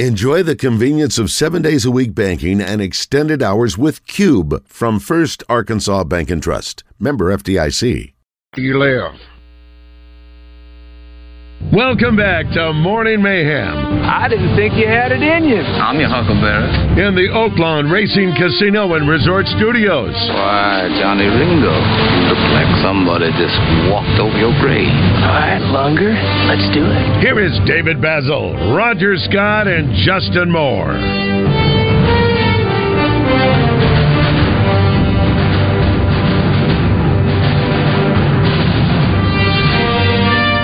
Enjoy the convenience of seven days a week banking and extended hours with Cube from First Arkansas Bank and Trust. Member FDIC. you live. Welcome back to Morning Mayhem I didn't think you had it in you. I'm your huckleberry. in the Oaklawn Racing Casino and Resort Studios. Why, Johnny Ringo, you look like somebody just walked over your grave. All right, Longer, let's do it. Here is David Basil, Roger Scott, and Justin Moore.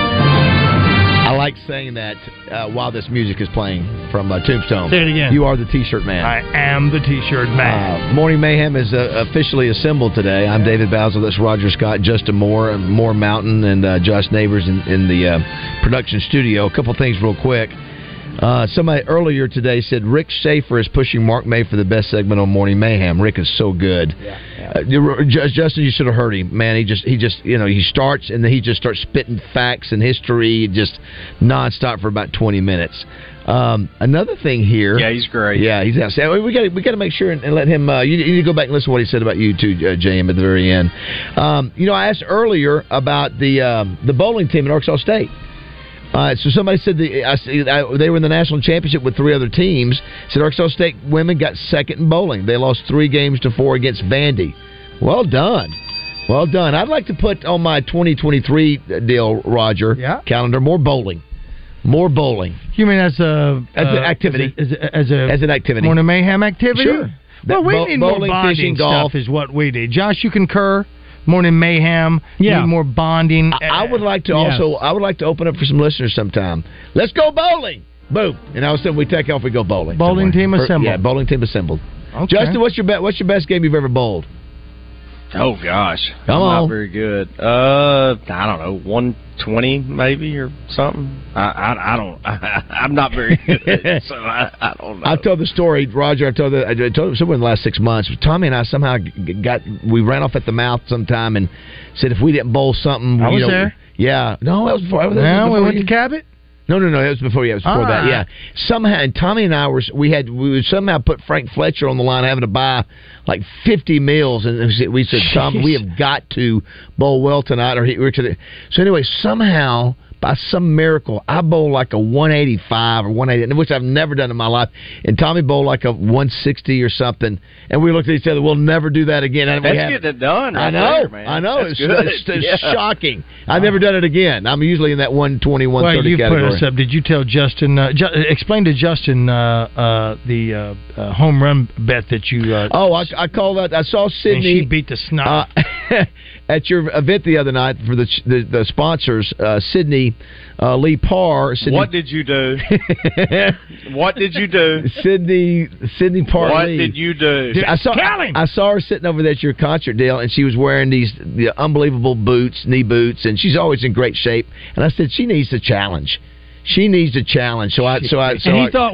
I like saying that uh, while this music is playing from uh, Tombstone. Say it again. You are the T-shirt man. I am the T-shirt man. Uh, Morning Mayhem is uh, officially assembled today. I'm David Basil. That's Roger Scott, Justin Moore, and Moore Mountain, and uh, Josh Neighbors in, in the uh, production studio. A couple things real quick. Uh, somebody earlier today said Rick Schaefer is pushing Mark May for the best segment on Morning Mayhem. Rick is so good. Uh, you- Ju- Justin, you should have heard him, man. He just, he just, you know, he starts and then he just starts spitting facts and history, just nonstop for about twenty minutes. Um, another thing here, yeah, he's great. Yeah, he's outstanding. We got, we got to make sure and, and let him. Uh, you, you need to go back and listen to what he said about you too, uh, JM, at the very end. Um, you know, I asked earlier about the um, the bowling team at Arkansas State. Uh, so somebody said the, I, see- I, they were in the national championship with three other teams. Said Arkansas State women got second in bowling. They lost three games to four against Vandy. Well done, well done. I'd like to put on my 2023 deal, Roger. Yeah. Calendar more bowling, more bowling You mean as a as uh, an activity, As, a, as, a, as an activity. Morning mayhem activity. Sure. Well, That we bo- need more bowling, bonding fishing, golf. stuff is what we did. Josh, you concur. Morning mayhem. Yeah. Need more bonding. I would like to also. uh, I would like to open up for some listeners sometime. Let's go bowling. Boom. And all of a sudden we take off. We go bowling. Bowling team Or- assembled. Yeah, bowling team assembled. Okay. Justin, what's your best? What's your best game you've ever bowled? Oh gosh, Come I'm on. not very good. Uh, I don't know, one twenty maybe or something. I I, I don't. I, I'm not very good, so I, I don't know. I've told the story, Roger. I told the, I told someone in the last six months. Tommy and I somehow g- got we ran off at the mouth sometime and said if we didn't bowl something, I you was know, there. Yeah, no, that was before. That was Yeah, we before went you- to Cabot. no, no, no. It was before. Yeah, it was before that. Ah. Yeah. Somehow, and Tommy and I were we had we would somehow put Frank Fletcher on the line, having to buy like fifty meals, and we said- we said, Tom, we have got to bowl well tonight, or he, or today. So anyway, somehow. By some miracle, I bowl like a 185 or 180, which I've never done in my life. And Tommy bowled like a 160 or something. And we looked at each other. We'll never do that again. And we That's haven't. getting it done. Right I know. there, man. I know. it's That's good. it's, it's Yeah. shocking. I've never done it again. I'm usually in that 120, 130 Well, you category. put us up. Did you tell Justin? Uh, Ju- explain to Justin uh, uh, the uh, uh, home run bet that you. Uh, Oh, I, I call that. I saw Sydney. she beat the snot. Uh, at your event the other night for the the, the sponsors, uh, Sydney uh, Lee Parr. Sydney, What did you do? what did you do? Sydney Sydney Parr. What Lee. did you do? I saw I, I saw her sitting over there at your concert, Dale, and she was wearing these the unbelievable boots, knee boots, and she's always in great shape. And I said she needs a challenge. She needs a challenge. So I so I so I, so,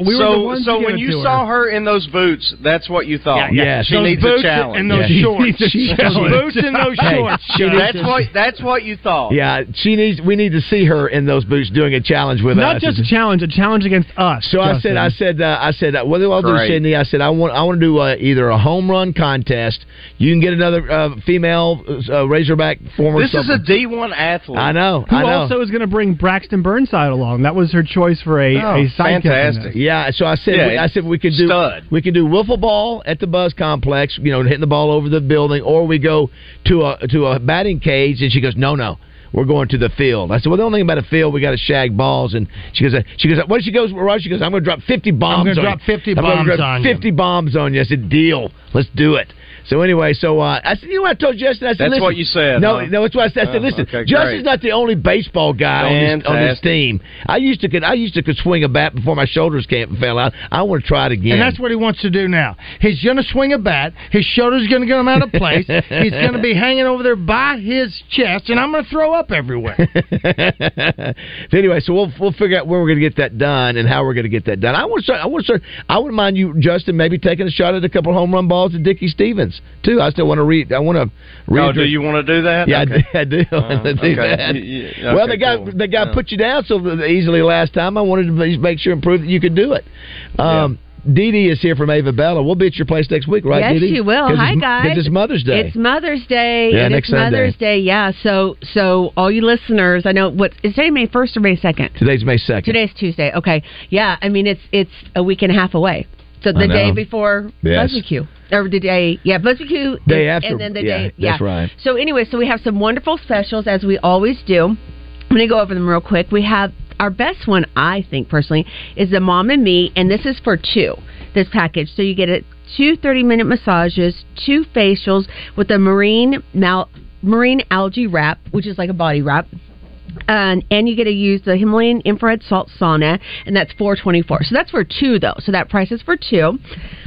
So when you saw her. in those boots, that's what you thought. Yeah, yeah. she Those needs boots a challenge. and those Yeah. shorts. She needs a Those challenge. boots and those Hey, shorts. she needs that's a- what. That's what you thought. Yeah, she needs. We need to see her in those boots doing a challenge with Not us. just a challenge, a challenge against us. so I said, I said, uh, I said, uh, what do I do, Great. Sydney? I said, I want, I want to do uh, either a home run contest. You can get another uh, female uh, Razorback former. This is a D one athlete. I know. Who I know. also is going to bring Braxton Burnside along? That was her choice for a, Oh, a sidekick. in this. Yeah, so I said, Yeah, we, I said we could do we could do wiffle ball at the Buzz Complex, you know, hitting the ball over the building, or we go to a to a batting cage. And she goes, no, no, we're going to the field. I said, well, the only thing about a field, we got to shag balls. And she goes, uh, she goes, what? She goes, Roger. She goes, I'm going to drop 50 bombs. gonna on drop you. 50 I'm gonna bombs drop on you." 50 bombs on you. I said, deal, let's do it. So anyway, so uh, I said, you know what I told Justin? I said, That's listen- what you said, No, huh? no, that's what I said. I said, Oh, listen, okay, Justin's great. not the only baseball guy on this, on this Fantastic. team. I used to could I used to could swing a bat before my shoulders came, fell out. I want to try it again. And that's what he wants to do now. He's going to swing a bat. His shoulder's going to get him out of place. He's going to be hanging over there by his chest, and I'm going to throw up everywhere. so anyway, so we'll we'll figure out when we're going to get that done and how we're going to get that done. I want to start. I want to start. I wouldn't mind you, Justin, maybe taking a shot at a couple home run balls to Dickie Stevens. is too. I still want to read. I want to read. Oh, do you want to do that? Yeah, I Okay. do- I do. I wanna do Uh, okay. that. Y- y- well, okay, they got cool. they got Yeah. put you down so easily last time. I wanted to ma- make sure and prove that you could do it. Um, Dee Dee is here from Ava Bella. We'll be at your place next week, right? yes, Dee Dee? she will. 'Cause Hi, it's, guys. 'cause It's Mother's Day. It's Mother's Day. Yeah, It is next Sunday. Mother's Day. Yeah. So, so all you listeners, I know what is today May first or May second. Today's May second. Today's Tuesday. Okay. Yeah. I mean, it's it's a week and a half away. So I the know. day before Yes. Buzzy Q, or the day, yeah, Buzzy Q, Day and- after- and then the yeah, day, that's right. So anyway, so we have some wonderful specials as we always do. I'm going to go over them real quick. We have our best one, I think personally, is the mom and me, and this is for two. This package, so you get it two 30 minute massages, two facials with a marine mal- marine algae wrap, which is like a body wrap and Uh, and you get to use the Himalayan infrared salt sauna, and that's four twenty four. So that's for two though. So that price is for two.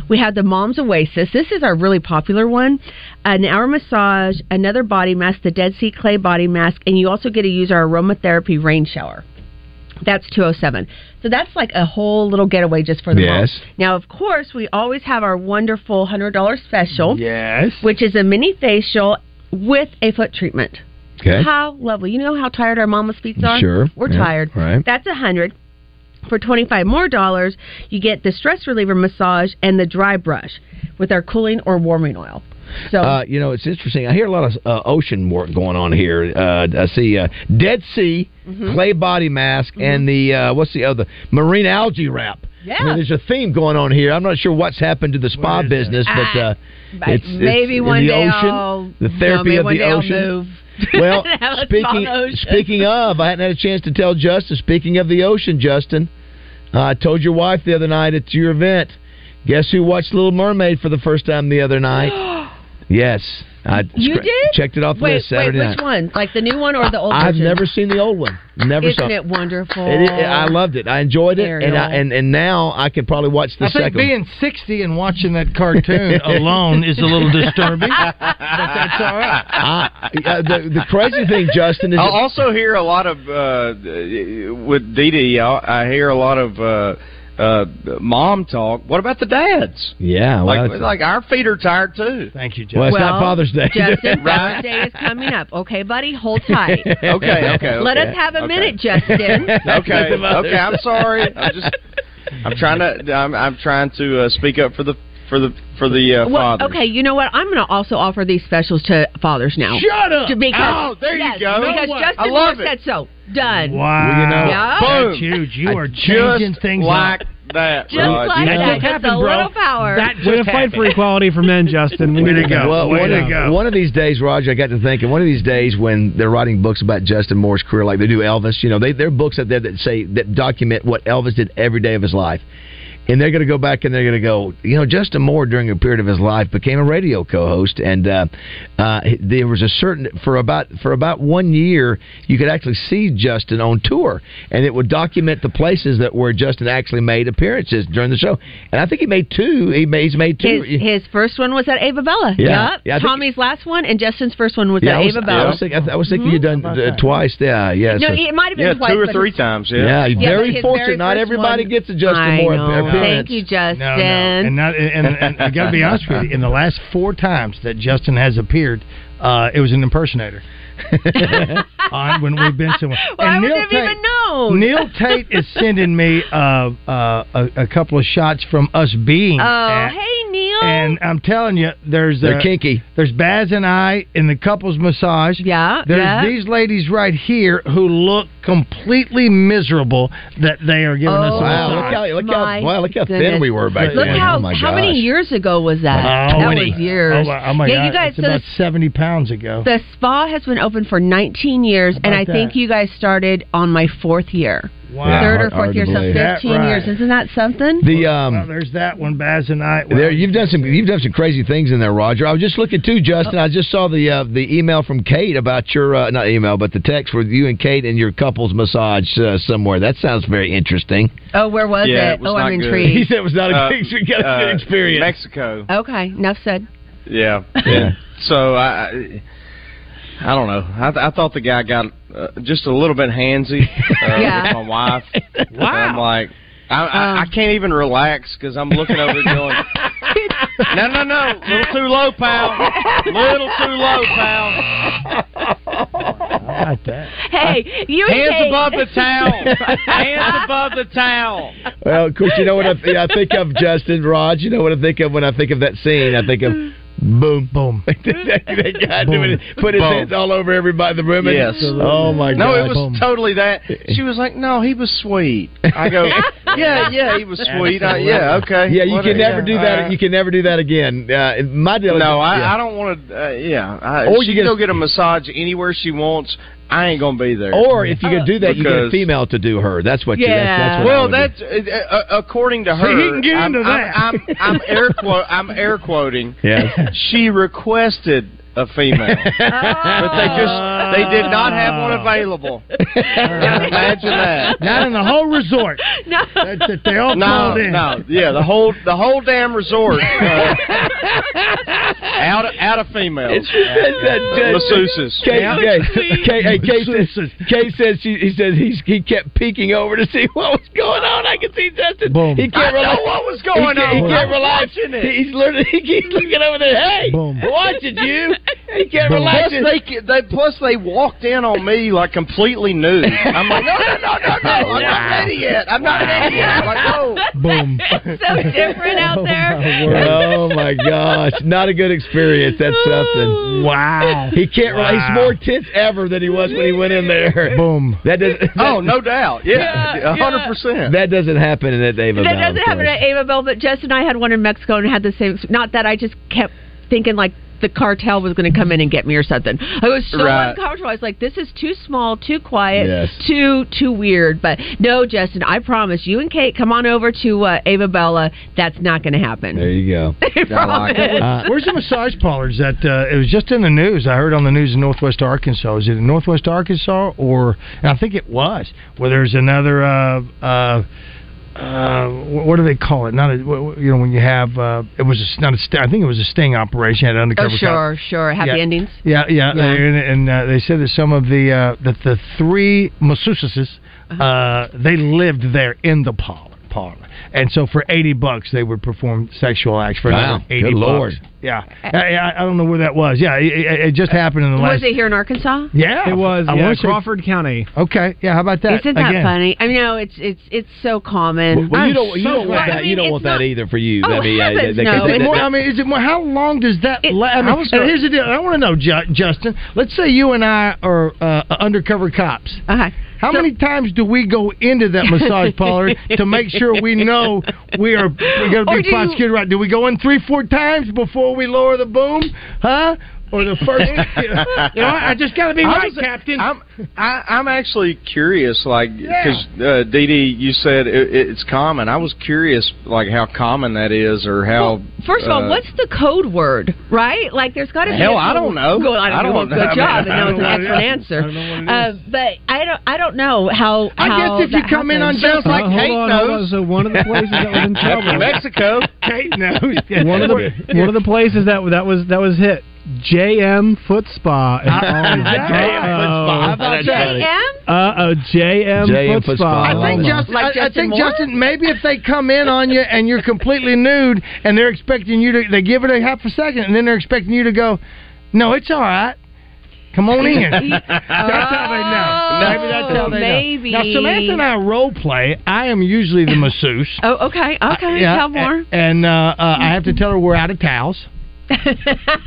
We have the Mom's Oasis. This is our really popular one. An hour massage, another body mask, the Dead Sea Clay body mask, and you also get to use our aromatherapy rain shower. That's 207. So that's like a whole little getaway just for the mom. Yes. Now, of course, we always have our wonderful $100 special. Yes. Which is a mini facial with a foot treatment. Okay. How lovely. You know how tired our mama's feet are? Sure. We're Yeah, tired. right. That's a 100 for 25 more dollars, you get the stress reliever massage and the dry brush with our cooling or warming oil. So Uh, you know, it's interesting. I hear a lot of uh, ocean work going on here. Uh, I see uh, Dead Sea Mm-hmm. clay body mask and the uh, what's the other marine algae wrap. I Yeah. mean, there's a theme going on here. I'm not sure what's happened to the spa business, but uh, but it's, it's maybe in one the day ocean, I'll- the no, therapy maybe of one the day I'll ocean. move. Well, Have a speaking small ocean. speaking of, I hadn't had a chance to tell Justin. Speaking of the ocean, Justin, uh, I told your wife the other night at your event. Guess who watched Little Mermaid for the first time the other night? yes, I you scr- did checked it off the wait, list Saturday wait, night. Which one? Like the new one or the old? I've version? never seen the old one. Never Isn't saw it wonderful? It is- I loved it. I enjoyed it, and I, Ariel. and and now I can probably watch the I think second. being 60 and watching that cartoon alone is a little disturbing. but that's all right. Oh, I, uh, the, the crazy thing, Justin, is I that- also hear a lot of uh, with Dee Dee. I, I hear a lot of uh, uh, mom talk. What about the dads? yeah, well, like, it's- like our feet are tired too. Thank you, Well, it's not Well, Father's Day. Justin, Father's right? Day is coming up. Okay, buddy, hold tight. Okay, okay, Let okay. us have a Okay. minute, Justin. okay, okay. I'm sorry. I'm just. I'm trying to. I'm, I'm trying to uh, speak up for the for the for the uh, Well, father. okay, you know what? I'm going to also offer these specials to fathers now. Shut up! To- Because, Oh, there you yes, go. Because No way. Justin I love Moore it. said so. Done. Wow. Yeah. That's huge. You are just changing things like up. that. Just Rod. like You know? that. Just a happened, bro. little power. That just Way to fight for equality for men, Justin. We need Well, one, of, one of these days, Roger, I got to thinking. One of these days, when they're writing books about Justin Moore's career, like they do Elvis, you know, they there are books out there that say that document what Elvis did every day of his life, and they're going to go back and they're going to go, you know, Justin Moore during a period of his life became a radio co-host, and uh, uh, there was a certain for about for about one year, you could actually see Justin on tour, and it would document the places that where Justin actually made appearances during the show, and I think he made two. He made, he's made two. His, his first one was at Ava Bella. Yeah. Yup. Yeah, I think- Tommy's last one and Justin's first one was yeah, at I was, Ava I Bella. was thinking, I was thinking you'd done uh, twice. Yeah, yeah. No, so- it might have been Yeah, twice, two or but three it's- times. Yeah. Yeah, Yeah, but very his fortunate. very Not first everybody one- gets a Justin I Moore know. appearance. Thank you, Justin. No, no. And, not, and, and I got to be honest with you, in the last four times that Justin has appeared, uh, it was an impersonator. on when we've been somewhere. Well, I And would Neil have Tate- even known. Neil Tate is sending me uh, uh, a, a couple of shots from us being Oh, at hey, Neil. And I'm telling you, there's They're uh, kinky. There's Baz and I in the couples massage. Yeah, There's yeah. these ladies right here who look completely miserable that they are giving us a Oh, Wow, look massage. how look my how wow, look how thin goodness. we were back Look then. Look how oh my how many gosh. years ago was that? Wow. that 20. was years. Oh, oh my yeah, God. you guys. It's So about the, 70 pounds ago. the spa has been open for 19 years, and I Oh. about think that? you guys started on my fourth year, Wow. Yeah, third or hard- hard fourth to year, so believe. 15 That years. right. Isn't that something? The Well, um, there's that one, Baz and I. Wow. there you've done some you've done some crazy things in there, Roger. I was just looking too, Justin. I just saw the uh, the email from Kate about your uh, not email, but the text with you and Kate and your couples massage uh, somewhere. That sounds very interesting. oh, where was Yeah, it? it was oh, not I'm good. He intrigued. said it was not a Uh, good, good uh, experience. Mexico. Okay, enough said. Yeah. Yeah. So I, I- I don't know. I, th- I thought the guy got uh, just a little bit handsy uh, Yeah. with my wife. And I'm like, I, I, Um. I can't even relax because I'm looking over it going. No, no, no. Little too low, pal. Little too low, pal. Hey, you Hands and Kate- above the towel. Hands above the towel. Well, of course, you know what I, th- I think of, Justin, Rod. You know what I think of when I think of that scene. I think of boom, boom. that guy doing it, put his Boom. hands all over everybody in the room. and- Yes. Oh my No, God. it was totally that. She was like, "No, he was sweet." I go, "Yeah, yeah, he was sweet. I, yeah, okay." Uh, Yeah, you What- can never yeah, do that. all You can never do that again. Uh, my deal. No, I, yeah. I don't want to. Uh, yeah, I, Or or you she get can a- go get a massage anywhere she wants. I ain't gonna be there. Or if you could do that, you get a Because- female to do her. That's what. You, that's, that's what I well, would do. that's uh, uh, according to See, her. he can get I'm, into I'm- that. I'm, I'm, air quote. I'm air quoting. Yeah. she requested a female, but they just they did not have one Ah. available. Imagine that. Not in the whole resort. no. they all No, called in. no, yeah, the whole the whole damn resort uh, out of, out of females, Uh, masseuses. Kay, yeah, Kay, hey, Kay, says, Kay says she, he says he's, he kept peeking over to see what was going on. I could see Justin. Boom. He can't I relax. know what was he going can't, He on. can't I'm relax. watching it. He- He's literally he keeps looking over there. Hey, Boom. watching you. He can't Boom. relax. Plus they, they plus they walked in on me like completely nude. I'm like, no, no, no, no, no, I'm not ready yet. I'm not ready yet. I'm like, no. Boom. It's so different out there. oh my gosh, not a good experience. That's something. Wow. He can't. relax. He's more tense ever than he was when he went in there. Boom. That doesn't. Oh, no doubt. Yeah, Yeah, a hundred yeah. percent. That doesn't happen in that Dave. That doesn't happen at Ava Bell, but Jess and I had one in Mexico and had the same. Not that I just kept thinking like the cartel was going to come in and get me or something. I was so Right. uncomfortable. I was like, this is too small, too quiet, Yes. too too weird. But no, Justin, I promise you and Kate, come on over to uh, Ava Bella. That's not going to happen. There you go. I promise. Uh, Where's the massage parlors that uh, it was just in the news? I heard on the news in Northwest Arkansas. Is it in Northwest Arkansas or and I think it was where there's another uh, uh, uh, wh- what do they call it? Not a, wh- wh- you know when you have uh, it was a, s- not a st- I think it was a sting operation had undercover. oh cops. sure, sure. Happy Yeah. endings. Yeah, yeah, Yeah. And, and uh, they said that some of the uh, that the three masseuses Uh-huh. uh, they lived there in the parlor, parlor, and so for eighty bucks they would perform sexual acts for Wow, another eighty good bucks. Lord. Yeah, I, I, I don't know where that was. Yeah, it, it, it just happened in the Was last. it here in Arkansas? Yeah, It was I yeah, wanna say- Crawford County. Okay, yeah. How about that? Isn't that Again. funny? I know it's it's it's so common. Well, you I'm don't you so don't glad- want that I mean, you don't it's want not- that either for you. Oh, I mean, I- heavens, they- they- no. they- Is it they- more, I mean, is it more? How long does that It- last? I mean, I was and gonna- here's the deal. I want to know, Ju- Justin. Let's say you and I are uh, undercover cops. Okay. How Uh-huh. So- many times do we go into that massage parlor to make sure we know we are going to Or do be you- prosecuted right? Do we go in three, four times before we lower the boom? Huh? Or the first? you know, I just got to be I right, was- Captain. I'm I, I'm actually curious, like because uh, Dee Dee, you said it, it's common. I was curious, like how common that is, or how. Well, first of all, uh, what's the code word, right? Like, there's got to be. Hell, a I code- don't know. Well, I don't, I don't know. know. Good I mean, job. I that was don't an know. excellent answer. Uh, but I don't. I don't know how. I how guess if you that come in on happens. just like Uh, hold Kate on, hold on. knows. So one of the places that was in After trouble, Mexico, Kate knows. one of the one of the places that that was that was hit, JM Foot Spa. in Allentown. How about J that? M. Uh oh, JM, JM Foot Foot Spa. Spa. I think Allentown. Justin. Like I, I Justin think Moore? Justin. Maybe if they come in on you and you're completely nude and they're expecting you to, they give it a half a second and then they're expecting you to go. No, it's all right. Come on in. That's That's how they know. Maybe that's how they Oh, maybe. know. Now, Samantha and I role play. I am usually the masseuse. Oh, okay. Okay. Yeah, Tell more. a- And uh, uh, I have to tell her we're out of towels. eh.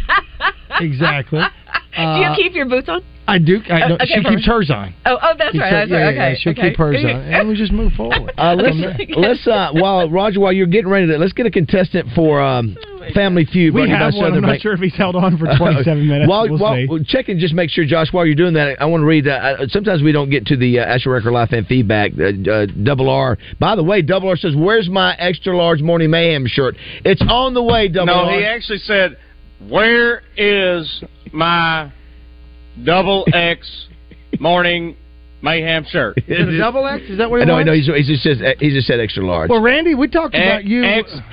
exactly. Do Uh, you keep your boots on? I do. I, no, Oh, Okay, she perfect. keeps hers on. Oh, oh, that's Keeps right. her- That's yeah, right. yeah, Okay. yeah, she'll okay. keep hers on, and we just move forward. Uh, let's let's uh, while Roger, while you're getting ready, to, let's get a contestant for um, Family Feud. Oh, We brought to you by have one. I'm Southern not Bank. sure if he's held on for 27 minutes. While, we'll while- see. well, check and just make sure, Josh. While you're doing that, I want to read. Uh, uh, sometimes we don't get to the uh, Astro Record Life and feedback. Uh, uh, double R. By the way, Double R says, "Where's my extra large morning mayhem shirt? It's on the way." Double no, R. he actually said, "Where is my double X morning Mayhem shirt. Is it a double X? Is that what he No, wants? no, he's, he just says he just said extra large. Well, Randy, we talked about you. XL.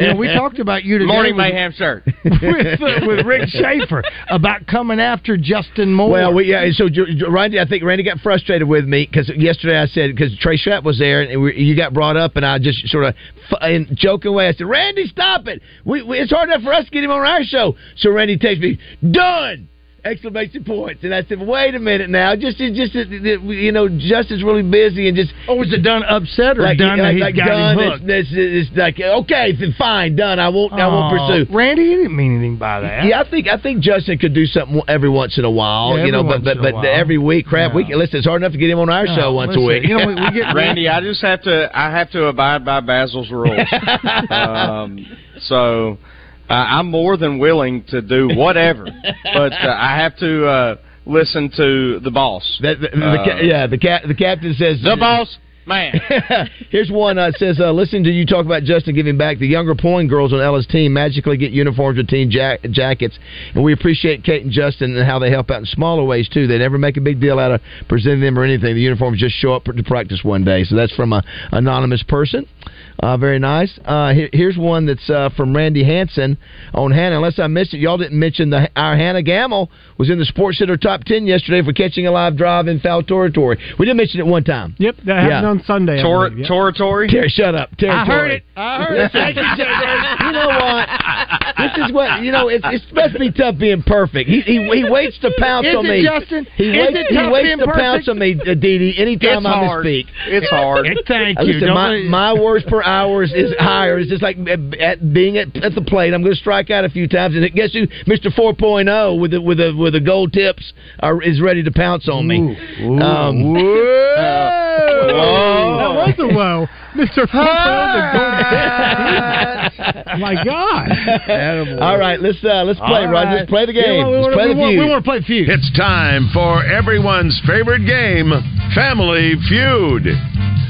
Yeah, we talked about you today Morning with- Mayhem shirt. with, uh, with Rick Schaefer about coming after Justin Moore. Well, we, yeah. and So J- J- Randy, I think Randy got frustrated with me because yesterday I said because Trey Schapp was there and we, you got brought up and I just sort of f- in joking way I said Randy, stop it. We, we, it's hard enough for us to get him on our show. So Randy texts me, done. Exclamation points, and I said, "Wait a minute now! Just, it- just, it- it- you know, Justin's really busy, and just." Oh, was it done upset or done that he's got him done? It's, hooked? it's, it's like okay, then fine, done. I won't, I Aw, won't pursue. Randy, you didn't mean anything by that. Yeah, I think I think Justin could do something every once in a while, Yeah, you know. every But once but, in a but while. every week, crap, we listen. It's hard enough to get him on our No, Oh, show once a listen, week. you know, we- we get- Randy, I just have to. I have to abide by Basil's rules. um, so uh, I'm more than willing to do whatever, but uh, I have to uh, listen to the boss. Uh, The ca- yeah, uh, the cap, the captain says The boss man. Here's one uh, says, uh, "Listen to you talk about Justin giving back. The younger Pulling girls on Ella's team magically get uniforms with team jack- jackets, and we appreciate Kate and Justin and how they help out in smaller ways too. They never make a big deal out of presenting them or anything. The uniforms just show up to practice one day. So that's from a anonymous person. Uh, very nice. Uh, here, here's one that's uh, from Randy Hansen on Hannah. Unless I missed it, y'all didn't mention the our Hannah Gamel was in the Sports Center top ten yesterday for catching a live drive in foul territory. We did mention it one time. Yep, that happened on Sunday. I Tor- believe, yeah. Toratory? Terry, shut up. Terry, I heard it. I heard it. Thank you, Terry. You know what? This is what you know. It's, it must be tough being perfect. He he, he waits to pounce Is on it, me. Justin? He Is waits. it he tough waits being to perfect? pounce on me, uh, Dee Dee. Anytime It's I hard. misspeak, It's hard. Thank you. Listen, Don't my, let- my words per hour is, is higher. It's just like at, at being at, at the plate. I'm going to strike out a few times, and guess who? Mister 4.0 with the with the with the gold tips are, is ready to pounce on me. um, uh, That was a whoa, Mister. Oh My God. All right, let's uh, let's play, All Roger. right. Let's play the Yeah, game. we- we- let's play we the want- feud. we wanna play feud. It's time for everyone's favorite game, Family Feud.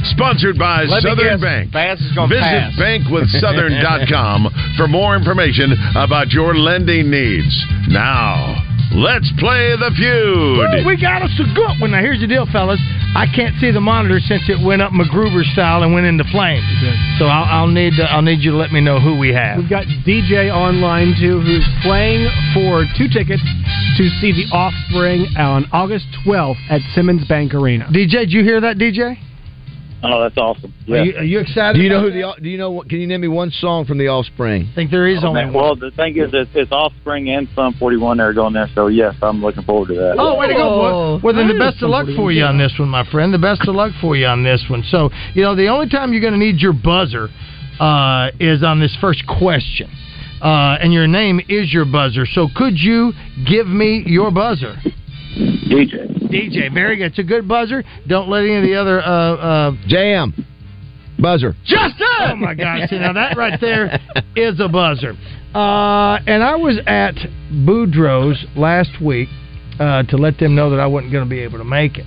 Sponsored by Let me Southern guess, Bank. Bass is gonna Visit pass. bankwithsouthern.com for more information about your lending needs. Now, let's play the feud. Woo, we got us a good one. Now, here's the deal, fellas. I can't see the monitor since it went up MacGruber style and went into flames. So I'll, I'll need to, I'll need you to let me know who we have. We've got DJ online too, who's playing for two tickets to see the Offspring on August 12th at Simmons Bank Arena. DJ, did you hear that, DJ? Oh, that's awesome. Yeah. Are, you, are you excited? Do you know about who that? the Off- Do you know what? Can you name me one song from the Offspring? I think there is only Oh, Man, one. well, the thing is, it's, it's Offspring and Sum 41 are going there, so yes, I'm looking forward to that. Oh, way to go! boy. Well, then the I best knew of luck somebody for would you do on this one, my friend. The best of luck for you on this one. So, you know, the only time you're going to need your buzzer uh, is on this first question, uh, and your name is your buzzer. So, could you give me your buzzer? DJ. DJ, very good. It's a good buzzer. Don't let any of the other uh, uh, jam buzzer. Justin! Oh my gosh! See, now that right there is a buzzer. Uh, and I was at Boudreaux's last week uh, to let them know that I wasn't going to be able to make it.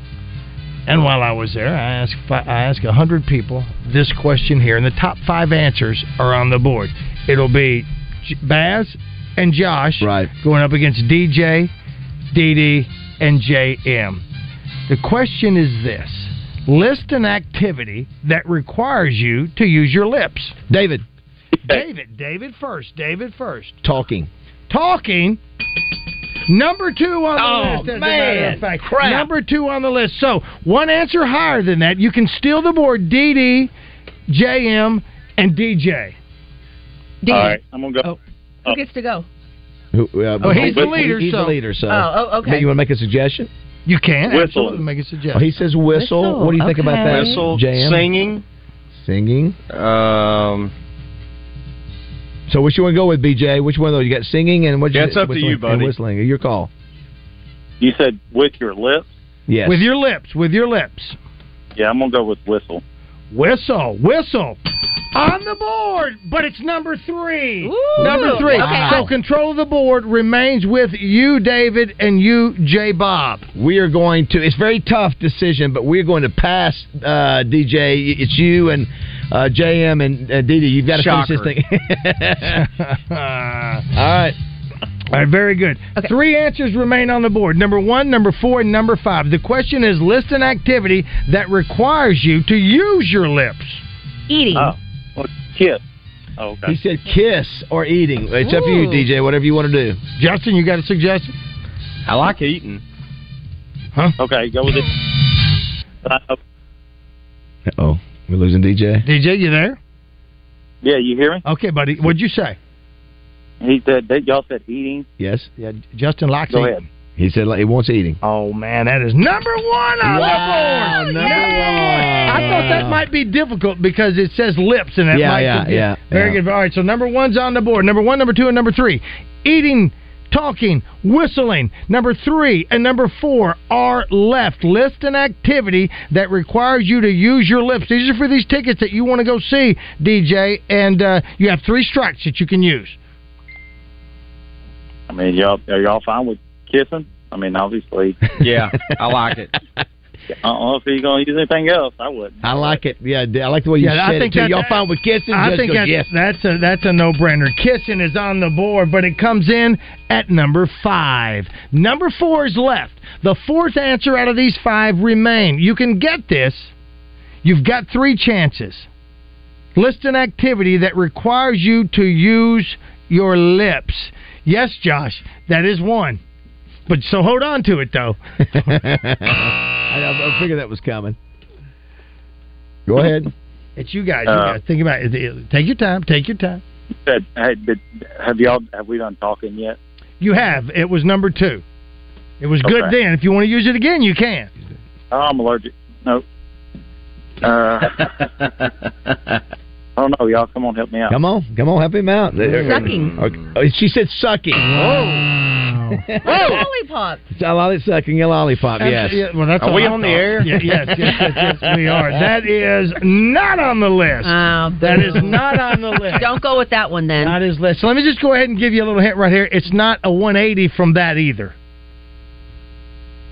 And while I was there, I asked fi- I asked a hundred people this question here, and the top five answers are on the board. It'll be J- Baz and Josh going up against DJ, DD, and JM. The question is this: List an activity that requires you to use your lips. David. David. David first. David first. Talking. Talking. Number two on the Oh, list. As a matter man. of fact. Crap. Number two on the list. So one answer higher than that, you can steal the board. DD, JM, and DJ. DJ. All right, I'm gonna go. Oh. Who gets to go? Who, uh, Well, Oh, he's the Whistle. leader, He's so- the leader. So. Oh, oh, okay. Maybe you want to make a suggestion? You can Whistle. absolutely make a suggestion. Oh, he says whistle. Whistle, What do you think about that? Whistle, Jam. singing. Singing. Um, So which you want to go with, BJ? Which one though? You got singing and what? That's up to you, and buddy. Whistling. Your call. You said with your lips? Yes. With your lips. With your lips. Yeah, I'm going to go with whistle. Whistle. Whistle. On the board, but it's number three. Number three. okay. So control of the board remains with you, David, and you, J. Bob. We are going to. It's a very tough decision, but we're going to pass uh, DJ. It's you and uh, JM and uh, Didi. You've got to finish this Shocker. thing. Uh, All right. All right, very good. Three answers remain on the board number one, number four, and number five. The question is list an activity that requires you to use your lips. Eating. Oh. Well, kiss. Oh, okay. He said kiss or eating. It's up to you, Ooh. DJ. Whatever you want to do. Justin, you got a suggestion? I like eating. Huh? Okay, go with it. Uh, Uh oh, we're losing DJ. DJ, you there? yeah, you hear me? Okay, buddy. What'd you say? He said that y'all said eating. Yes. Yeah, Justin likes Go eating. ahead. He said like, he wants eating. Oh man, that is number one on Wow, the board. number Yay! I thought that might be difficult because it says lips, and that Yeah, might yeah, be yeah, very yeah. good. All right, so number one's on the board. Number one, number two, and number three: eating, talking, whistling. Number three and number four are left. List an activity that requires you to use your lips. These are for these tickets that you want to go see, DJ, and uh, you have three strikes that you can use. I mean, y'all are y'all fine with kissing? I mean, obviously. Yeah, I like it. Uh-uh, I don't know if you're gonna use anything else. I would. I like it. Yeah, I like the way you Yeah, I said think it. Too. that- Y'all fine with kissing? I Just think go, that's, yes. that's a that's a no brainer. Kissing is on the board, but it comes in at number five. Number four is left. The fourth answer out of these five remain. You can get this. You've got three chances. List an activity that requires you to use your lips. Yes, Josh, that is one. But so hold on to it though. I, I figured that was coming. Go ahead. It's you guys. You Uh, guys. Think about it. Take your time. Take your time. You said, hey, did, have y'all have we done talking yet? You have. It was number two. It was good Okay. then. If you want to use it again, you can. Oh, I'm allergic. No. Uh, I don't know, y'all. Come on, help me out. Come on, come on, help him out. Sucking. Okay. Oh, she said sucking. Like a lollipop. It's a lolli sucking a lollipop. Yes. Yeah, well, that's Are all we I on the thought. air? Yeah, yes, yes, yes, yes, we are. That is not on the list. Oh, that boo. is not on the list. Don't go with that one then. Not his list. So let me just go ahead and give you a little hint right here. It's not a 180 from that either.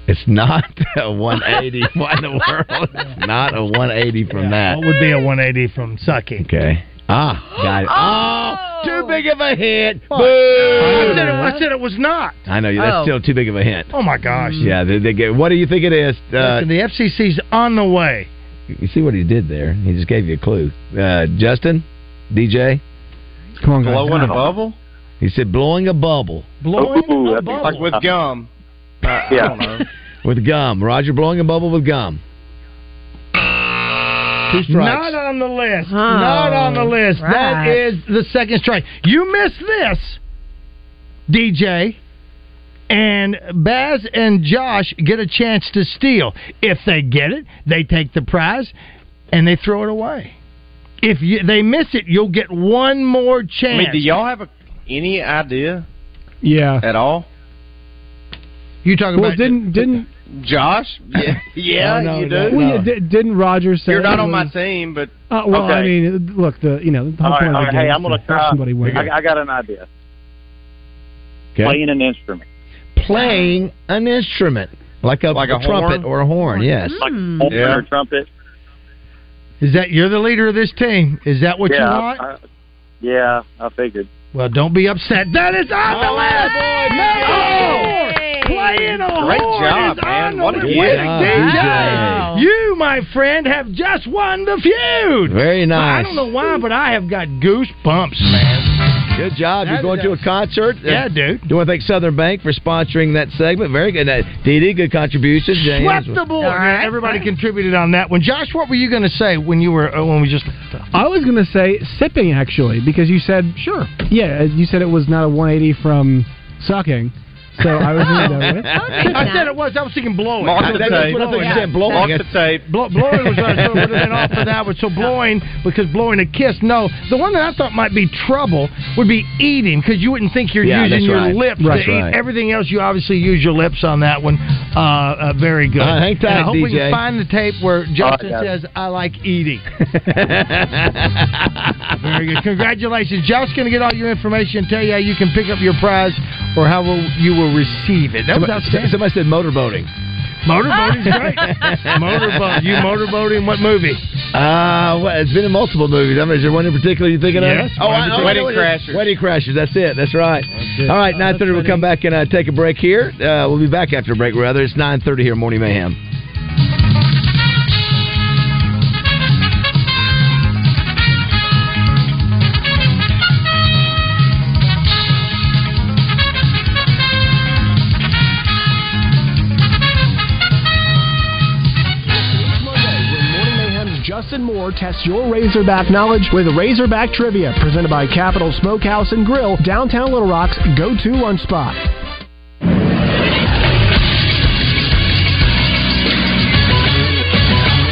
It's not a 180. Why in the world? It's not a 180 from that. What would be a 180 from sucking? Okay. Ah, got it. Oh, too big of a hint. What? I said, it, Boo! I said it was not. I know you. That's Oh. still too big of a hint. Oh my gosh. Yeah. They, they get, what do you think it is? Uh, Listen, the FCC's on the way. you see what he did there? He just gave you a clue. Uh, Justin, DJ, Come on, guys. Blowing a bubble? he said blowing a bubble Blowing Ooh, a that'd be bubble. Like with gum. Uh, I Yeah. don't know. with gum. Roger blowing a bubble with gum. Two strikes. Not on the list. Oh, Not on the list. That right. is the second strike. You missed this, DJ. And Baz and Josh get a chance to steal. If they get it, they take the prize and they throw it away. If you, they miss it, you'll get one more I chance. mean, do y'all have a, any idea Yeah. at all? you talking Well, about didn't didn't Josh? Yeah, Oh, yeah No, no, you do. no, well, yeah, di- didn't Rogers say You're not it on my was- team, but Uh, well, I Okay. mean, look, the you know the whole All right, point all of right. the game. Hey, is I'm gonna to have try. somebody win. I, I got an idea. Okay. Playing an instrument, playing an instrument. Like a, Like a trumpet horn? or a horn, yes. like horn Yeah. or trumpet. is that you're the leader of this team? Is that what you yeah, want? I, I, yeah, I figured. well, don't be upset. That is on the Oh, list. Number four. Yay. Playing a Great horn job, is man. on the What a list. great job, Wow. DJ. You, my friend, have just won the feud. Very nice. I don't know why, but I have got goosebumps, man. Good job. You're That going is to a- a concert. Yeah, Uh, dude. Do want to thank Southern Bank for sponsoring that segment. Very good. Uh, DD, good contribution. James. Swept the board. All right. Everybody contributed on that one. Josh, what were you going to say when you were uh, when we just? I was gonna say sipping actually because you said Sure. yeah you said it was not a 180 from sucking, so Oh, I was gonna go with it. Don't think I that. said it was. I was thinking blowing. Mark That's the what I tape. thought you said, blowing. Mark the tape. Blow, blowing was what I thought would have been off for that one. So blowing because blowing a kiss. No, the one that I thought might be trouble would be eating because you wouldn't think you're Yeah, using that's your right. lips That's to right. eat. Everything else, you obviously use your lips on that one. Uh, uh, very good. All right, hang And I tight, hope we DJ. can find the tape where Oh, Justin guys. says, "I like eating." Very good. Congratulations. Josh's going to get all your information and tell you how you can pick up your prize or how will, you will receive it. That was somebody, outstanding. somebody said motorboating. Motorboating's great. Motorboat. You motorboating? What movie? Uh, well, it's been in multiple movies. I mean, is there one in particular you're thinking Yes, of? Oh, one in I- oh, I know particular. what it is. Wedding Crashers. Oh, That's it. That's right. it. All right, 9.30. We'll come back and uh, take a break here. Uh, we'll be back after a break, rather. It's 9.30 here, Morning Mayhem. Mayhem's Justin Moore tests your Razorback knowledge with Razorback Trivia, presented by Capital Smokehouse and Grill, downtown Little Rock's go-to lunch spot.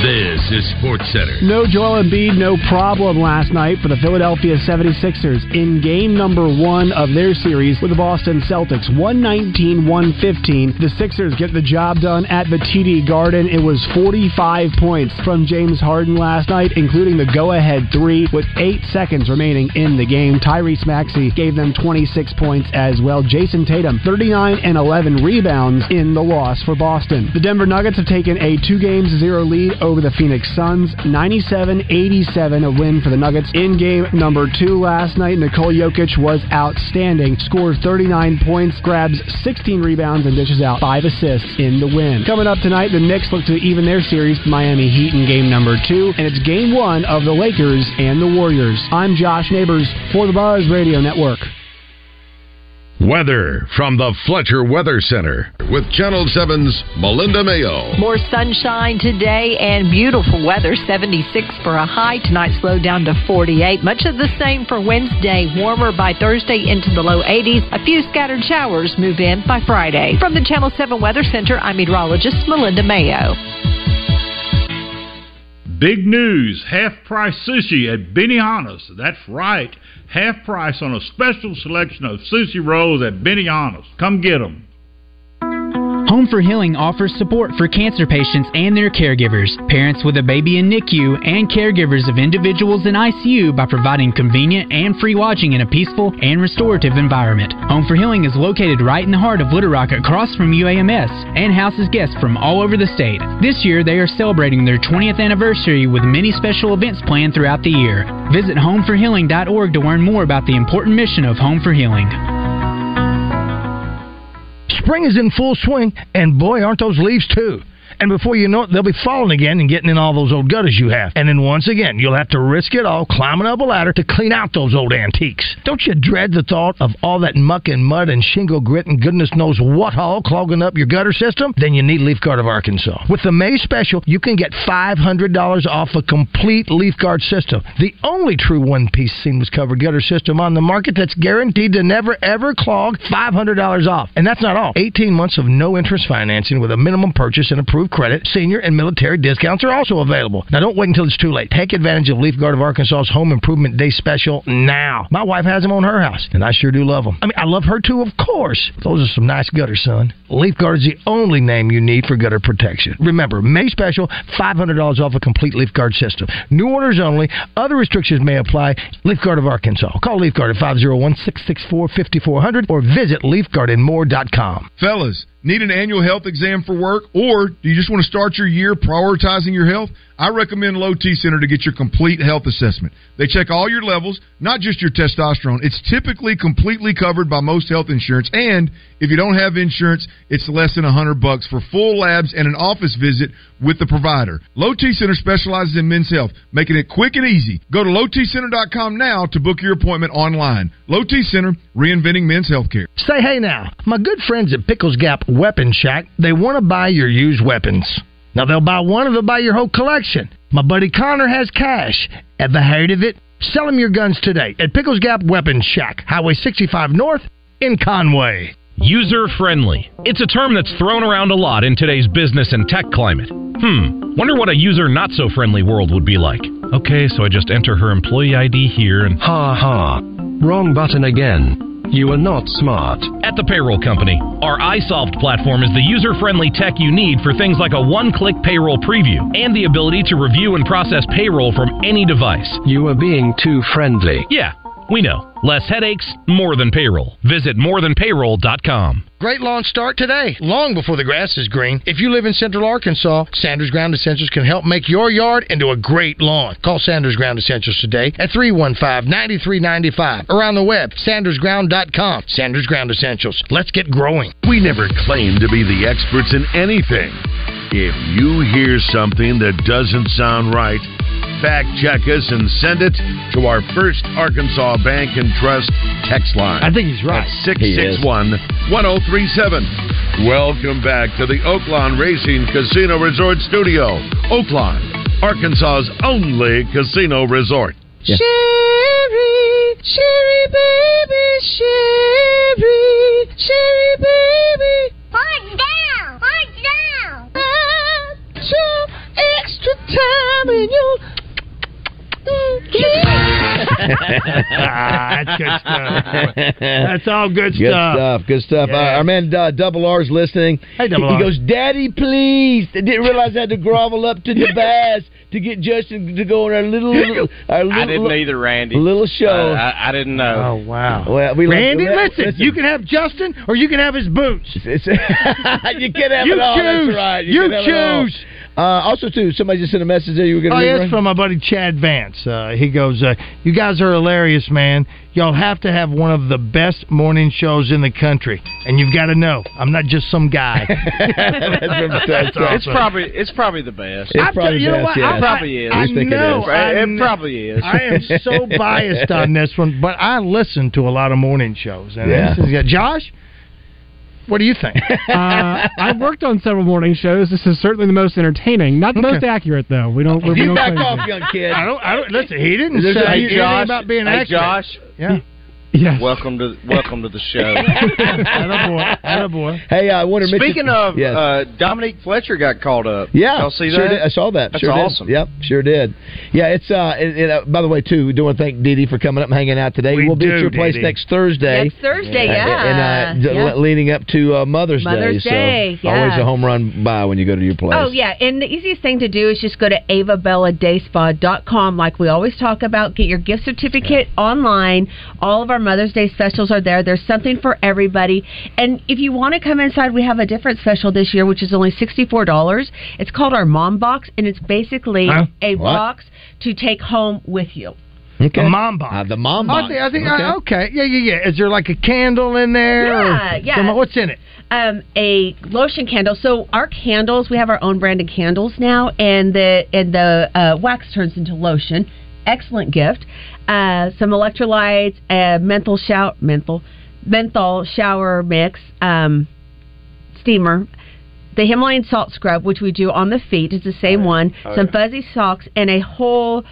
This is Sports Center. No Joel Embiid, no problem last night for the Philadelphia 76ers in game number one of their series with the Boston Celtics. 119 115. The Sixers get the job done at the TD Garden. It was 45 points from James Harden last night, including the go ahead three with eight seconds remaining in the game. Tyrese Maxey gave them 26 points as well. Jason Tatum, 39 and 11 rebounds in the loss for Boston. The Denver Nuggets have taken a two games, zero lead over the Phoenix Suns. 97 87, a win for the Nuggets. In game number two last night, Nicole Jokic was outstanding, scores 39 points, grabs 16 rebounds, and dishes out five assists in the win. Coming up tonight, the Knicks look to even their series, with Miami Heat, in game number two, and it's game one of the Lakers and the Warriors. I'm Josh Neighbors for the Buzz Radio Network. Weather from the Fletcher Weather Center with Channel 7's Melinda Mayo. More sunshine today and beautiful weather. 76 for a high. Tonight slow down to 48. Much of the same for Wednesday. Warmer by Thursday into the low 80s. A few scattered showers move in by Friday. From the Channel 7 Weather Center, I'm meteorologist Melinda Mayo. Big news half price sushi at Benihana's. That's right, half price on a special selection of sushi rolls at Benihana's. Come get 'em. Home for Healing offers support for cancer patients and their caregivers, parents with a baby in NICU, and caregivers of individuals in ICU by providing convenient and free lodging in a peaceful and restorative environment. Home for Healing is located right in the heart of Little Rock across from UAMS and houses guests from all over the state. This year, they are celebrating their 20th anniversary with many special events planned throughout the year. Visit homeforhealing.org to learn more about the important mission of Home for Healing. Spring is in full swing, and boy, aren't those leaves too. And before you know it, they'll be falling again and getting in all those old gutters you have. And then once again, you'll have to risk it all climbing up a ladder to clean out those old antiques. Don't you dread the thought of all that muck and mud and shingle grit and goodness knows what all clogging up your gutter system? Then you need Leaf Guard of Arkansas. With the May special, you can get $500 off a complete Leaf Guard system, the only true one piece seamless cover gutter system on the market that's guaranteed to never ever clog. $500 off. And that's not all. 18 months of no interest financing with a minimum purchase and approved credit. Senior and military discounts are also available. Now don't wait until it's too late. Take advantage of Leaf Guard of Arkansas's Home Improvement Day special now. My wife has them on her house, and I sure do love them. I mean, I love her too, of course. Those are some nice gutters, son. Leaf Guard is the only name you need for gutter protection. Remember, May special, $500 off a complete Leaf Guard system. New orders only. Other restrictions may apply. Leaf Guard of Arkansas. Call Leaf Guard at 501 664 5400 or visit leafguardandmore.com. Fellas, need an annual health exam for work, or do you just want to start your year prioritizing your health? I recommend Low T Center to get your complete health assessment. They check all your levels, not just your testosterone. It's typically completely covered by most health insurance, and if you don't have insurance, it's less than 100 bucks for full labs and an office visit with the provider. Low T Center specializes in men's health, making it quick and easy. Go to lowtcenter.com now to book your appointment online. Low T Center, reinventing men's health care. Say hey now. My good friends at Pickles Gap Weapon Shack, they want to buy your used weapons. Now they'll buy one and they'll buy your whole collection. My buddy Connor has cash. Ever heard of it? Sell him your guns today at Pickles Gap Weapon Shack, Highway 65 North in Conway. User friendly. It's a term that's thrown around a lot in today's business and tech climate. Hmm, wonder what a user not so friendly world would be like. Okay, so I just enter her employee ID here and. Ha ha. Wrong button again. You are not smart. At the payroll company, our iSolved platform is the user friendly tech you need for things like a one click payroll preview and the ability to review and process payroll from any device. You are being too friendly. Yeah. We know. Less headaches, more than payroll. Visit morethanpayroll.com. Great lawn start today, long before the grass is green. If you live in Central Arkansas, Sanders Ground Essentials can help make your yard into a great lawn. Call Sanders Ground Essentials today at 315-9395 or on the web, sandersground.com. Sanders Ground Essentials. Let's get growing. We never claim to be the experts in anything. If you hear something that doesn't sound right, fact check us and send it to our First Arkansas Bank and Trust text line. I think he's right. At 661 1037. Welcome back to the Oaklawn Racing Casino Resort Studio. Oaklawn, Arkansas's only casino resort. Sherry, Sherry baby, Sherry, Sherry baby. Put down, put down. Some extra time in your. Ah, that's good stuff. That's all good, Good stuff. stuff. Good stuff. Yeah. Uh, our man uh, Double R's listening. Hey, Double he, R. he goes, Daddy, please. I didn't realize I had to grovel up to the bass to get Justin to go on our little. little our little I didn't either, Randy. Little show. I, I, I didn't know. Oh, wow. Well, we like- Randy, we- listen, You can have Justin or you can have his boots. you can have you it all. That's Choose. right. You, can have it all. choose. Uh, also, too, somebody just sent a message there. You were going to Oh, read yeah, Ron? it's from my buddy Chad Vance. Uh, he goes, uh, "You guys are hilarious, man. Y'all have to have one of the best morning shows in the country, and you've got to know I'm not just some guy." That's awesome. It's probably it's probably the best. It's I'm probably tell- you know best, what? yeah. It probably is. I We think it know. is. I It kn- probably is. I am so biased on this one, but I listen to a lot of morning shows. And Yeah. this is, Josh, what do you think? uh, I've worked on several morning shows. This is certainly the most entertaining. Not the most accurate, though. We don't. we You don't back claim off, it. young kid. I don't. I don't listen. He didn't Hey, say anything Josh. about being Hey, accurate. Josh. Yeah. Yes. Welcome to welcome to the show. Attaboy. Attaboy. Hey, I wonder. Speaking of, Yes. uh, Dominique Fletcher got called up. Yeah, y'all see sure that? did. I saw that. That's sure did. awesome. Yep, sure did. Yeah, it's uh, it, it, uh, by the way too. We do want to thank Didi for coming up and hanging out today. We will be do, at your place Didi. next Thursday. Next Thursday, Uh, yeah. and uh, d- Yeah. le- leading up to uh, Mother's, Mother's Day. Day, so always yeah. a home run by when you go to your place. Oh yeah, and the easiest thing to do is just go to avabelladayspa.com like we always talk about. Get your gift certificate online. All of our Mother's Day specials are there. There's something for everybody. And if you want to come inside, we have a different special this year which is only $64. It's called our Mom Box and it's basically Huh? a What? box to take home with you. Okay. The mom box. Uh, the mom box. I think. I think. uh, Okay. okay. Yeah. Yeah. Yeah. Is there like a candle in there? or Yeah, yeah. some- what's in it? um, a lotion candle. So our candles, we have our own branded candles now, and the and the uh, wax turns into lotion. Excellent gift. Uh, some electrolytes, a menthol shower, menthol, menthol shower mix, um, steamer. The Himalayan salt scrub, which we do on the feet, is the same one. Oh, some yeah. fuzzy socks and a whole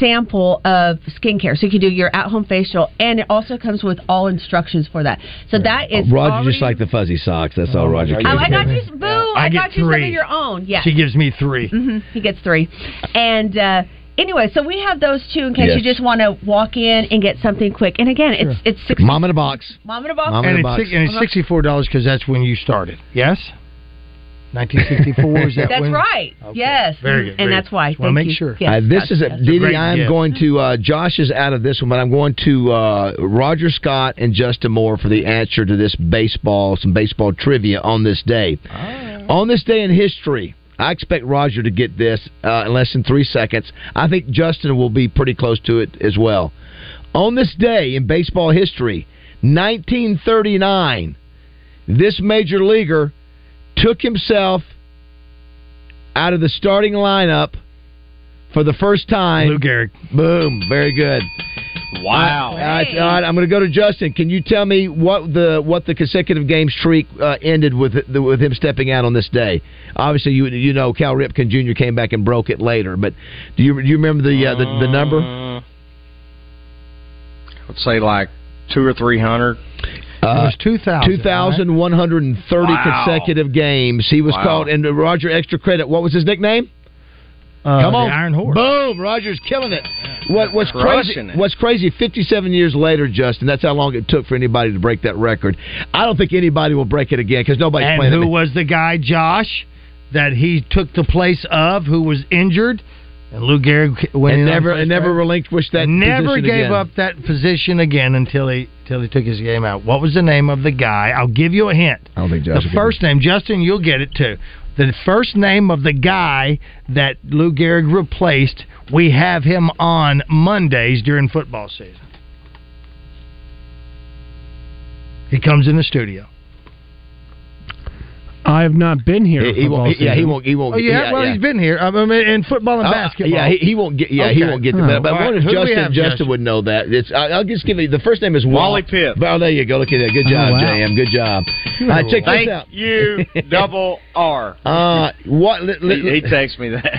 sample of skincare. So you can do your at-home facial, and it also comes with all instructions for that. So that is Oh, Roger already just like the fuzzy socks. That's all Roger. Oh, I got cares you. about. Boo! I, get got you some three. of your own. Yeah. She gives me three. hmm He gets three. And uh, anyway, so we have those two in case Yes. you just want to walk in and get something quick. And again, it's it's six. Mom in a box. Mom in a box. and, it's, six- and it's sixty-four dollars because that's when you started. Yes. Nineteen Uh-huh. sixty-four. Is that That's when? right. Yes. Mm-hmm. Very good, And very that's why. Just wanna make Thank you. sure. Yes. Uh, this is a, Didi. great I am gift. going to. Uh, Josh is out of this one, but I'm going to uh, Roger Scott and Justin Moore for the answer to this baseball, some baseball trivia on this day. Oh. On this day in history, I expect Roger to get this uh, in less than three seconds. I think Justin will be pretty close to it as well. On this day in baseball history, 1939, this major leaguer took himself out of the starting lineup for the first time. Lou Gehrig. Boom. Very good. Wow. I, am going to go to Justin. Can you tell me what the what the consecutive game streak uh, ended with the, with him stepping out on this day? Obviously, you you know Cal Ripken Jr. came back and broke it later, but do you do you remember the uh, the, the number? I'd say like two or three hundred. Uh, two thousand. Two thousand one hundred and thirty Wow. consecutive games. He was Wow. called and Roger extra credit. What was his nickname? Uh, Come on, the Iron Horse. Boom! Rogers killing it. What what's crazy? Crushing it. What's crazy? Fifty-seven years later, Justin. That's how long it took for anybody to break that record. I don't think anybody will break it again because nobody's And playing who it. was the guy, Josh, that he took the place of, who was injured? And Lou Gehrig went and in on never first and never strike. relinquished that. Never position gave again. up that position again until he until he took his game out. What was the name of the guy? I'll give you a hint. I don't think the first name, Justin, you'll get it too. The first name of the guy that Lou Gehrig replaced, we have him on Mondays during football season. He comes in the studio. I have not been here. He won't. Yeah, he won't. He won't. Oh, yeah, well, he's been here. I mean, in football and Uh, basketball. Yeah, he, he won't get. Yeah, he Okay. won't get the Oh, medal. But all I right. wonder if Who do we Justin, have, Justin Justin? would know that. It's. I, I'll just give you the first name is Walt. Wally Pitt. Well, there you go. Look at that. Good Oh, job, wow. JM. Good job. All right, check Thank this out. you, double R. Uh, what? Li, li, he, he texts me that.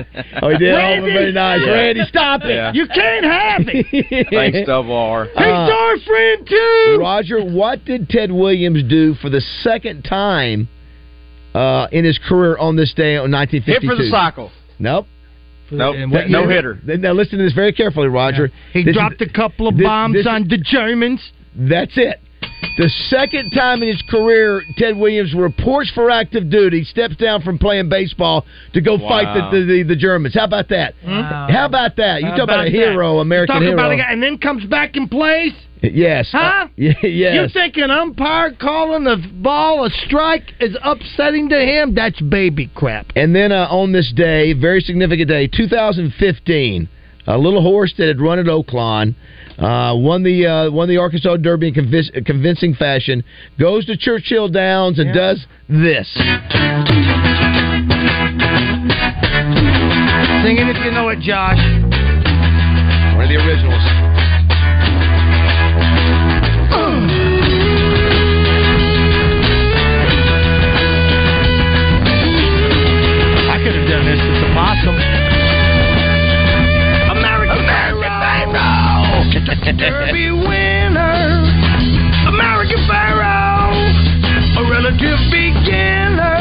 Oh, he did. Oh, Randy! very nice, Yeah. Randy. Stop it. Yeah. You can't have it. Thanks, double R. our friend too. Uh, Roger, what did Ted Williams do for the second time uh, in his career on this day on 1952? Hit for the cycle. Nope. Nope. No hitter. Now listen to this very carefully, Roger. He dropped a couple of bombs on the Germans. That's it. The second time in his career, Ted Williams reports for active duty, steps down from playing baseball to go Wow. fight the, the, the, the Germans. How about that? How about that? You How talk about, a about hero, that? American Talk hero. about a guy, and then comes back and plays. Yes. Huh? Yeah, You yes. think an umpire calling the ball a strike is upsetting to him? That's baby crap. And then uh, on this day, very significant day, 2015, a little horse that had run at Oaklawn uh, won the uh, won the Arkansas Derby in convinc- convincing fashion. Goes to Churchill Downs and does this. Sing it if you know it, Josh. One of the originals. I could have done this with the possum. American, Pharaoh! Derby winner! American Pharaoh! A relative beginner!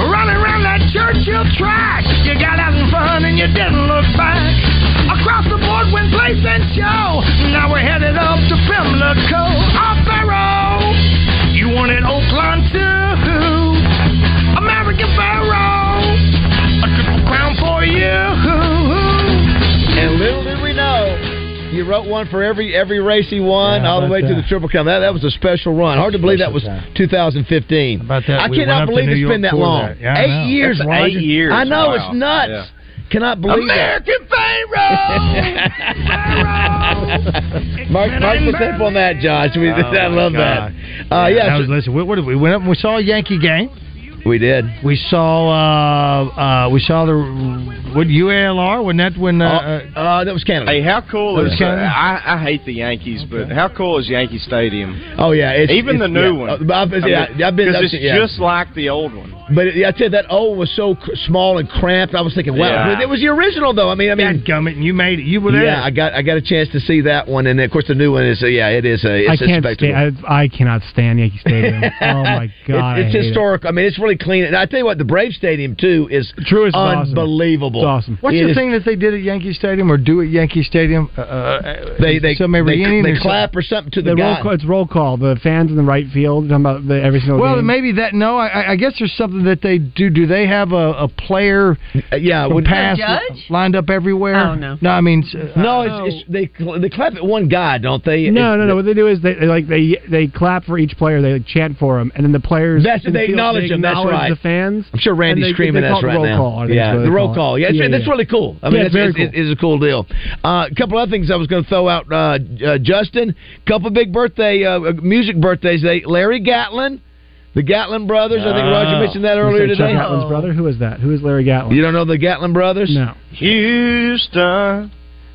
Running around that Churchill track! You got out in front and you didn't look back! Across the board, win, place, and show! Now we're headed up to Pimlico! Oh, Pharaoh! You wanted Oakland too! American Pharaoh! A triple crown for you! And little did we know, he wrote one for every every race he won, all the way to the Triple Crown. That, that was a special run. Hard to believe that was 2015. that? I We went cannot up to believe New it's York been that for long. that. Yeah, I know. eight years, That's Roger. eight years. I know Wow. it's nuts. Yeah. Cannot believe that. American Pharaoh! Mark, mark the tape on that, Josh. We, Oh, I love my that. God. Uh, yeah, that so- was, listen, we, what did we, we went up and we saw a Yankee game. We did. We saw uh, uh, we saw the what UALR when that when uh, uh, uh, that was Canada. Hey, how cool That was is? Canada. I, I hate the Yankees, but how cool is Yankee Stadium? Oh yeah, it's, even it's- the new yeah. one. Uh, but I've, yeah, I've been. because I've it's seen- yeah. just like the old one. But it, I tell you, that old was so cr- small and cramped. I was uh, thinking, wow, Yeah. it was the original though. I mean, I mean, gummit, Oh, and you made it. You were there. Yeah, I got I got a chance to see that one, and of course the new one is uh, yeah, it is a I it's can't a spectacle. stand. I, I cannot stand Yankee Stadium. oh my god, It's, I hate it's it. historic. I mean, it's really clean. And I tell you what, the Brave Stadium too is True, it's awesome. unbelievable. It's awesome. What's It the is- thing that they did at Yankee Stadium or do at Yankee Stadium? Uh, Uh, They they some they, reunion they or clap or something to the the roll guy. call, it's roll call. The fans in the right field talking about the, every single Well, game. maybe that. No, I- I, I guess there's something that they do. Do they have a, a player? Uh, yeah, would would- pass A judge? lined up everywhere. I don't know. No, I mean, uh, no, Oh, it's, it's they cl- they clap at one guy, don't they? no, no, no. What they do is they, they like they they clap for each player. They like, chant for him, and then the players That's in the they field, acknowledge they him. That's acknowledge right. The fans. I'm sure Randy's and they- screaming they that's call it right roll now. Call, I think yeah, is what the they roll call it. call. Yeah, it's, yeah, it's yeah. really cool. I mean, Yeah, it's, very it's, it is a cool deal. Uh, a couple other things I was going to throw out, uh, uh, Justin. couple big birthday uh, music birthdays. They Larry Gatlin, the Gatlin brothers. I think Roger Ah. mentioned that You earlier said Chuck today. Gatlin's brother. Who is that? Who is Larry Gatlin? You don't know the Gatlin brothers? No. Houston,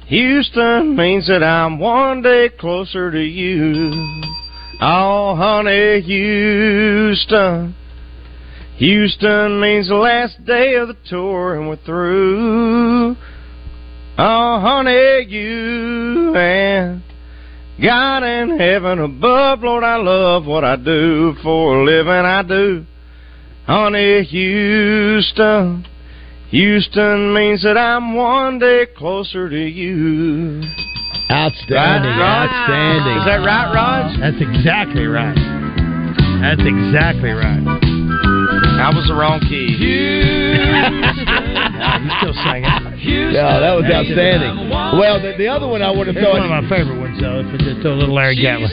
Houston means that I'm one day closer to you. Oh, honey, Houston. Houston means the last day of the tour and we're through. Oh, honey, you and God in heaven above, Lord, I love what I do for a living. I do. Honey, Houston. Houston means that I'm one day closer to you. Oh. Outstanding, Right, Rod? outstanding. Is that right, Rog? That's exactly right. That's exactly right. I was the wrong key. I'm still singing. Yeah, that was outstanding. Well, the, the other one I would have It's thought. one of my favorite ones, though. If it's just a little Larry Gatlin.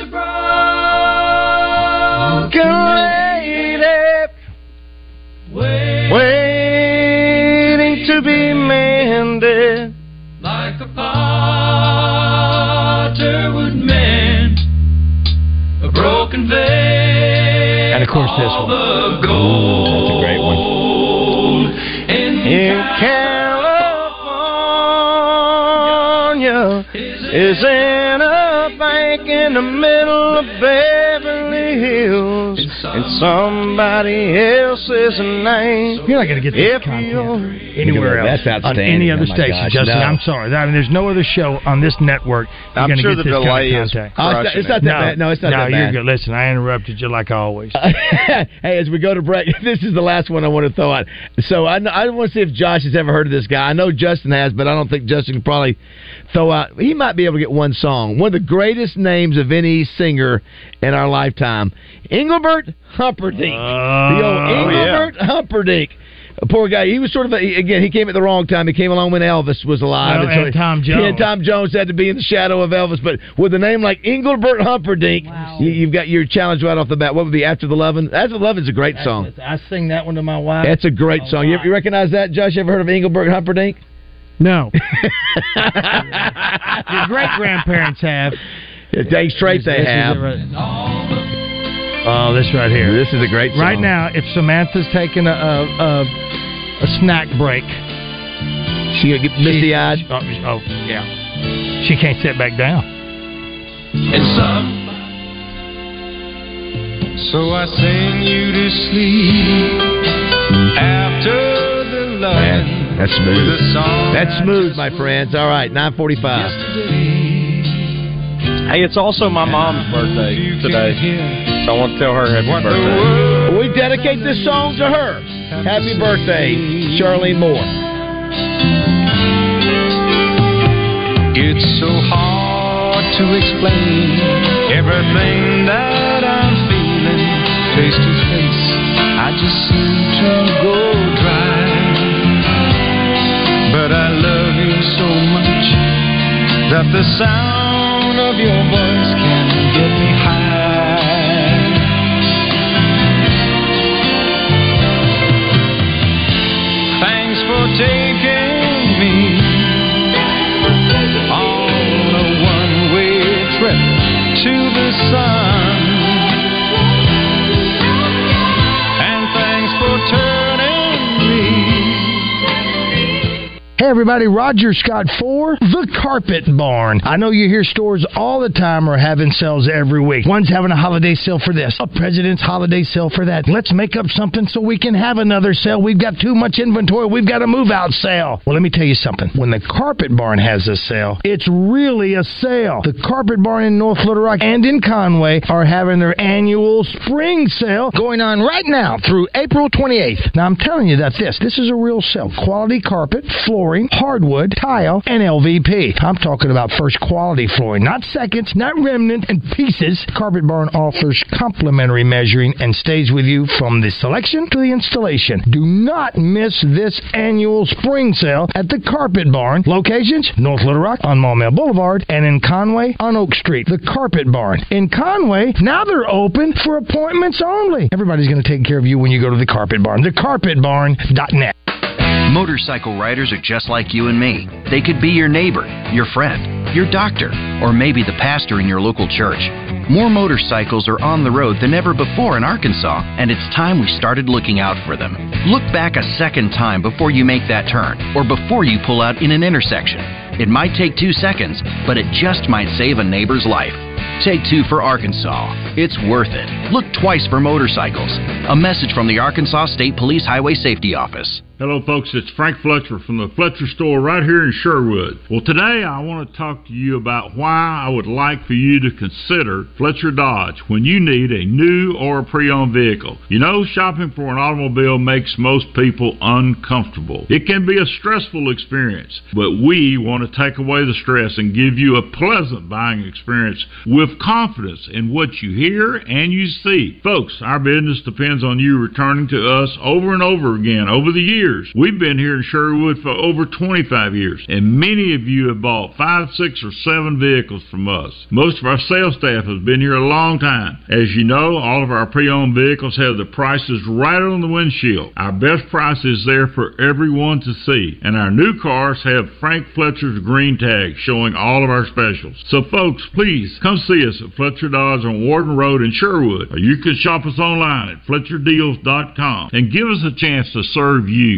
Waiting to be mended. Like a potter would mend a broken vase. And of course, this one. That's a great one. In California is in a bank in the middle of Beverly Hills, and somebody else's name. You're not going to get this If content anywhere Look at else that. That's on outstanding. any other Oh, my station, gosh, Justin. no. I'm sorry. That- I mean, there's no other show on this network. You're I'm gonna sure get the this delay kind of is content. crushing Oh, it's not- it's not it. no, that bad. No, it's not No, that you're bad. good. Listen, I interrupted you like always. hey, as we go to break, this is the last one I want to throw out. So I, kn- I want to see if Josh has ever heard of this guy. I know Justin has, but I don't think Justin can probably throw out. He might be able to get one song. One of the greatest names of any singer in our lifetime, Engelbert Humperdinck. the Oh, old yeah. Engelbert Humperdinck. Poor guy. He was sort of a, again. He came at the wrong time. He came along when Elvis was alive. Well, and he- Tom he had Jones. Tom Jones had to be in the shadow of Elvis, but with a name like Engelbert Humperdinck, you, you've got your challenge right off the bat. What would be After the Lovin'? After the Lovin's a great song. I sing that one to my wife. That's a great song. You, you recognize that, Josh? You ever heard of Engelbert Humperdinck? No. Your great grandparents have. Thanks, straight they This is have. it right- Oh, this right here. This is a great song. Right now, if Samantha's taking a a, a, a snack break, she gonna get misty eyed. Oh, oh, yeah, she can't sit back down. And some. So I sing you to sleep after the love. That's smooth. That's smooth, my friends. All right, 945. Hey, it's also my mom's birthday today, so I want to tell her happy birthday. We dedicate this song to her. Happy birthday, Charlene Moore. It's so hard to explain everything that I'm feeling face to face. I just seem to go dry. But I love you so much that the sound of your voice can get me high. Thanks for taking me on a one-way trip to the sun. And thanks for turning me. Hey everybody, Roger Scott for The Carpet Barn. I know you hear stores all the time are having sales every week. One's having a holiday sale for this, a president's holiday sale for that. Let's make up something so we can have another sale. We've got too much inventory. We've got a move out sale. Well, let me tell you something. When the Carpet Barn has a sale, it's really a sale. The Carpet Barn in North Little Rock and in Conway are having their annual spring sale going on right now through April 28th. Now I'm telling you that this this is a real sale. Quality carpet, flooring, hardwood, tile, and LVP. I'm talking about first quality flooring, not seconds, not remnant and pieces. Carpet Barn offers complimentary measuring and stays with you from the selection to the installation. Do not miss this annual spring sale at the Carpet Barn. Locations: North Little Rock on Maumelle Boulevard and in Conway on Oak Street. The Carpet Barn in Conway. Now they're open for appointments only. Everybody's going to take care of you when you go to the Carpet Barn. TheCarpetBarn.net. Motorcycle riders are just like you and me. They could be your neighbor, your friend, your doctor, or maybe the pastor in your local church. More motorcycles are on the road than ever before in Arkansas, and it's time we started looking out for them. Look back a second time before you make that turn or before you pull out in an intersection. It might take two seconds, but it just might save a neighbor's life. Take two for Arkansas. It's worth it. Look twice for motorcycles. A message from the Arkansas State Police Highway Safety Office. Hello, folks. It's Frank Fletcher from the Fletcher store right here in Sherwood. Well, today I want to talk to you about why I would like for you to consider Fletcher Dodge when you need a new or a pre owned vehicle. You know, shopping for an automobile makes most people uncomfortable. It can be a stressful experience, but we want to take away the stress and give you a pleasant buying experience with confidence in what you hear and you see. Folks, our business depends on you returning to us over and over again over the years years. We've been here in Sherwood for over 25 years, and many of you have bought five, six, or seven vehicles from us. Most of our sales staff has been here a long time. As you know, all of our pre-owned vehicles have the prices right on the windshield. Our best price is there for everyone to see, and our new cars have Frank Fletcher's green tag showing all of our specials. So, folks, please come see us at Fletcher Dodge on Warden Road in Sherwood, or you can shop us online at FletcherDeals.com and give us a chance to serve you.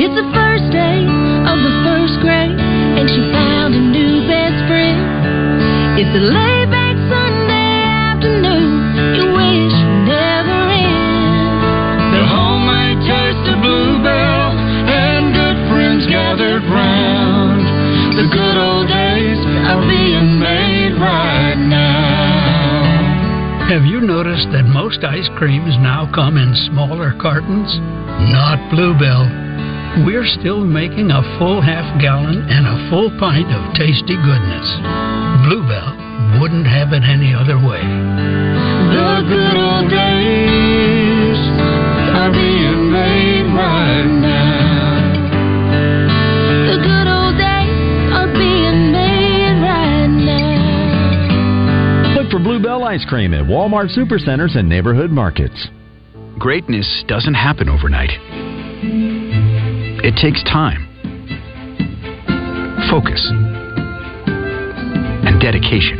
It's the first day of the first grade, and she found a new best friend. It's a laid back Sunday afternoon, you wish would never end. The homemade taste of bluebell, and good friends gathered round. The good old days are being made right now. Have you noticed that most ice creams now come in smaller cartons? Not Bluebell. We're still making a full half gallon and a full pint of tasty goodness. Bluebell wouldn't have it any other way. The good old days are being made right now. The good old days are being made right now. Look for Bluebell ice cream at Walmart Supercenters and neighborhood markets. Greatness doesn't happen overnight. It takes time, focus, and dedication.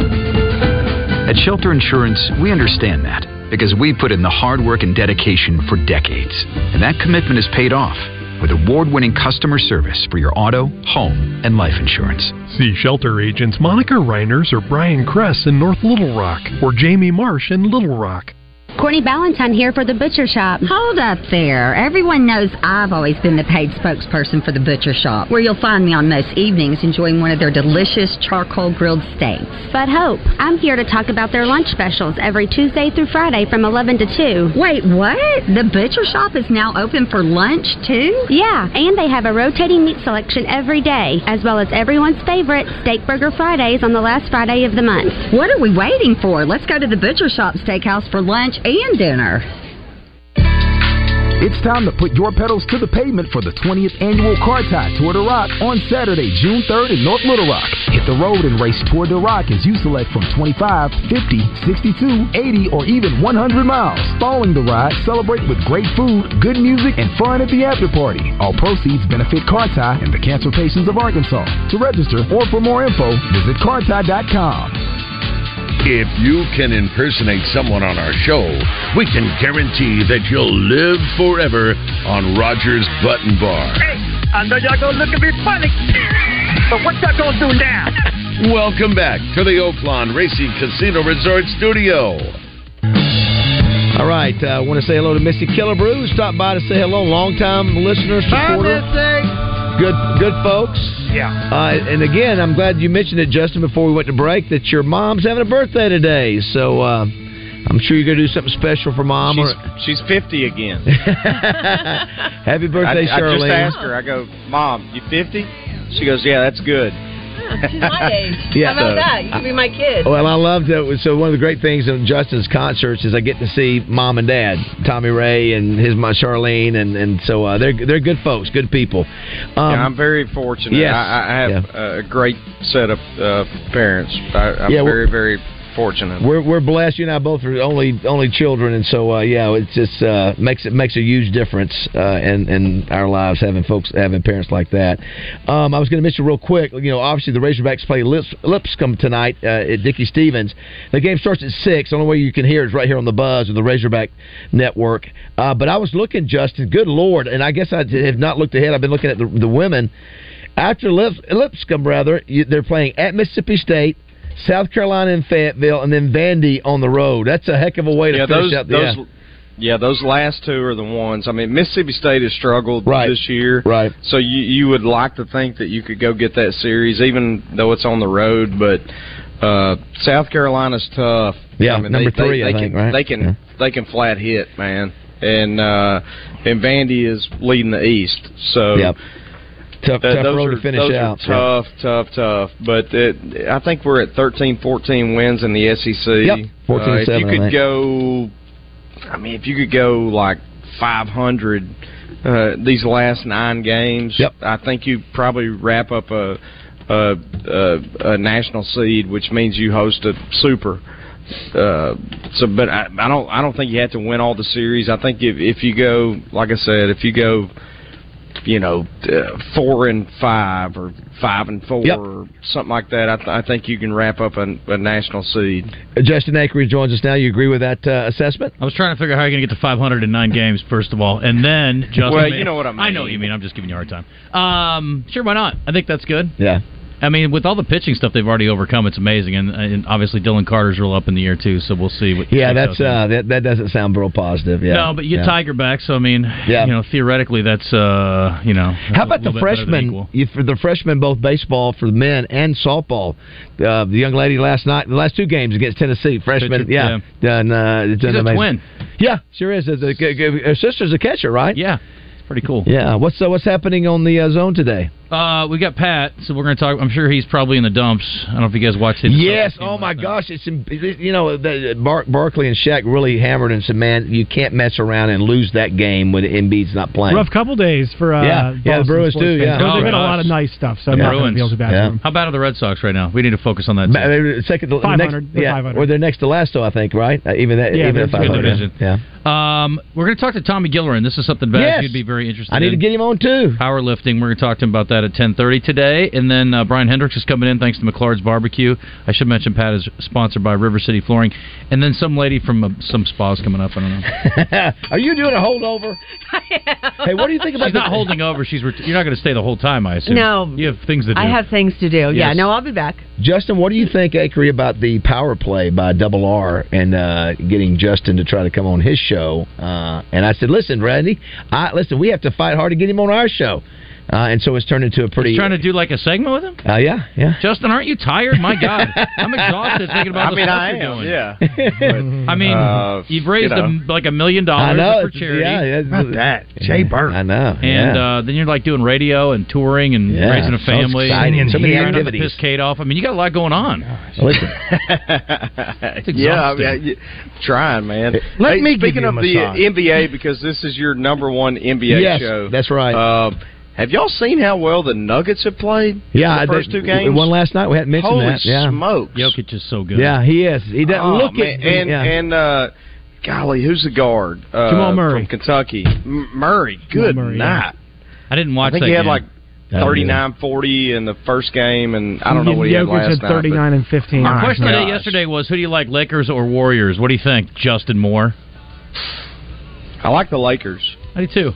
At Shelter Insurance, we understand that because we put in the hard work and dedication for decades. And that commitment is paid off with award winning customer service for your auto, home, and life insurance. See shelter agents Monica Reiners or Brian Kress in North Little Rock or Jamie Marsh in Little Rock. Courtney Ballantyne here for the Butcher Shop. Hold up there. Everyone knows I've always been the paid spokesperson for the Butcher Shop, where you'll find me on most evenings enjoying one of their delicious charcoal grilled steaks. But Hope, I'm here to talk about their lunch specials every Tuesday through Friday from 11 to 2. Wait, what? The Butcher Shop is now open for lunch, too? Yeah, and they have a rotating meat selection every day, as well as everyone's favorite Steak Burger Fridays on the last Friday of the month. What are we waiting for? Let's go to the Butcher Shop Steakhouse for lunch and dinner. It's time to put your pedals to the pavement for the 20th annual Car Tie Tour de Rock on Saturday, June 3rd in North Little Rock. Hit the road and race Tour de Rock as you select from 25, 50, 62, 80, or even 100 miles. Following the ride, celebrate with great food, good music, and fun at the after party. All proceeds benefit Car Tie and the Cancer Patients of Arkansas. To register or for more info, visit cartie.com. If you can impersonate someone on our show, we can guarantee that you'll live forever on Roger's Button Bar. I know y'all gonna look at me funny, but what y'all gonna do now? Welcome back to the Oaklawn Racing Casino Resort Studio. All right, uh, I want to say hello to Missy Killebrew. Stop by to say hello, longtime listener, supporter, good good folks. Yeah. Uh, and again, I'm glad you mentioned it, Justin, before we went to break, that your mom's having a birthday today. So uh, I'm sure you're going to do something special for mom. She's, or, she's 50 again. happy birthday, I, I Shirley. just asked her. I go, Mom, you 50? She goes, Yeah, that's good. She's my age. Yeah. How about So, that? You could be my kid. Well, uh, Oh, I love that. So one of the great things in Justin's concerts is I get to see mom and dad, Tommy Ray and his mom Charlene, and and so uh, they're they're good folks, good people. Um, yeah, I'm very fortunate. yes. I, I have a great set of uh, parents. I, I'm Yeah, very, we're- very fortunate. We're we're blessed. You and I both are only only children, and so uh, yeah, it's just uh, makes it makes a huge difference uh, in in our lives having folks having parents like that. Um, I was going to mention real quick. You know, obviously the Razorbacks play Lips, Lipscomb tonight uh, at Dickie Stevens. The game starts at six. The only way you can hear is right here on the Buzz or the Razorback Network. Uh, but I was looking, Justin. Good Lord, and I guess I did- have not looked ahead. I've been looking at the, the women. After Lips, Lipscomb, rather, you, they're playing at Mississippi State. South Carolina and Fayetteville, and then Vandy on the road. That's a heck of a way to yeah, finish those, out the those, yeah. yeah, those last two are the ones. I mean, Mississippi State has struggled this year, right? So you you would like to think that you could go get that series, even though it's on the road. But uh, South Carolina's tough. Yeah, I mean, number they, they- three, They, I can think, right? they can they can flat hit, man. And uh, and Vandy is leading the East, so Yep. Tough, uh, tough those road are, to finish those are out. tough, tough, tough. But it, I think we're at 13, 14 wins in the SEC. Yep, 14 Uh, and if seven, you I could think. go I mean, if you could go like 500 uh, these last nine games, I think you probably wrap up a, a, a, a national seed, which means you host a super. Uh, so, but I, I don't. I don't think you have to win all the series. I think if if you go, like I said, if you go, you know, uh, four and five or five and four or something like that, I, th- I think you can wrap up a, a national seed. Uh, Justin Ackery joins us now. You agree with that uh, assessment? I was trying to figure out how you're going to get to 500 in nine games, first of all, and then Justin. well, Ma- you know what I mean. I know what you mean. I'm just giving you a hard time. Um, sure, why not? I think that's good. Yeah. I mean, with all the pitching stuff they've already overcome, it's amazing, and, and obviously Dylan Carter's real up in the air too. So we'll see. What Yeah, what that's goes on. uh, that. That doesn't sound real positive. Yeah. no, but you get yeah. Tiger back, so I mean, you know, theoretically that's uh, you know. How about the freshman? freshmen? You, for the freshmen, both baseball for the men and softball. Uh, the young lady last night, the last two games against Tennessee, freshman. Pitcher, yeah, done. Uh, done She's a amazing. twin. Yeah, sure is. It's a- g- g- Her sister's a catcher, right? Yeah, it's pretty cool. Yeah. What's uh, what's happening on the uh, zone today? Uh, we got Pat, so we're going to talk. I'm sure he's probably in the dumps. I don't know if you guys watched it. Yes. Oh my gosh. It's in- you know the, uh, Bar- Barkley and Shaq really hammered and said, "Man, you can't mess around and lose that game when Embiid's not playing." Rough couple days for uh, Yeah. Yeah, the Boston Bruins sports too, fans. yeah. Those have Oh, been a gosh. lot of nice stuff. So the I'm not gonna Bruins. be able to bash them. How bad are the Red Sox right now? We need to focus on that. Ma- too. they're second, to, 500, next, they're yeah, 500. or they're next to last, though I think, right? Uh, even that, Yeah, even they're at good 500. division. Yeah. Um, we're going to talk to Tommy Gillerin. This is something bad. Yes. You'd be very interested. I need to in. get him on too. Powerlifting. We're going to talk to him about that at 10:30 today, and then uh, Brian Hendricks is coming in thanks to McLard's Barbecue. I should mention Pat is sponsored by River City Flooring, and then some lady from uh, some spas coming up. I don't know. Are you doing a holdover? Hey, what do you think about She's the- not holding over. She's ret- you're not going to stay the whole time, I assume. No. you have things to do. I have things to do. Yeah, Yes. no, I'll be back. Justin, what do you think, Akery, about the power play by Double R and uh, getting Justin to try to come on his show? Uh, and I said, listen, Randy, I, listen, we have to fight hard to get him on our show. Uh, and so it's turned into a pretty. He's trying to do like a segment with him. uh, yeah, yeah. Justin, aren't you tired? My God, I'm exhausted thinking about I the mean, stuff I you're am, doing. yeah. I mean, Uh, you've raised you know. a m like a million dollars I know, for it's- charity. yeah, yeah. Not that. Jay Burke. I know. And yeah. uh, then you're like doing radio and touring and Yeah, raising a so family. exciting. and So many trying not to activities. Piss Kate off. I mean, you got a lot going on. Listen. Yeah, I mean, yeah, trying, man. Let Hey, me give speaking you a of massage. the NBA because this is your number one NBA Yes, show. that's right. Uh, have y'all seen how well the Nuggets have played? yeah, in the I- first the- two games. One last night. We hadn't mentioned Holy that. Yeah. smokes! Jokic is so good. Yeah, he is. He doesn't Oh, look man. at and yeah. and uh, golly, who's the guard? Uh, Jamal Murray. from Kentucky. M- Murray, good night. I didn't watch I think that he had game. like 39, 40 in the first game, and I don't know what he had Jokic last had night. but- 39 and 15. Our question my of the day gosh. yesterday was, who do you like, Lakers or Warriors? What do you think, Justin Moore? I like the Lakers. I do too.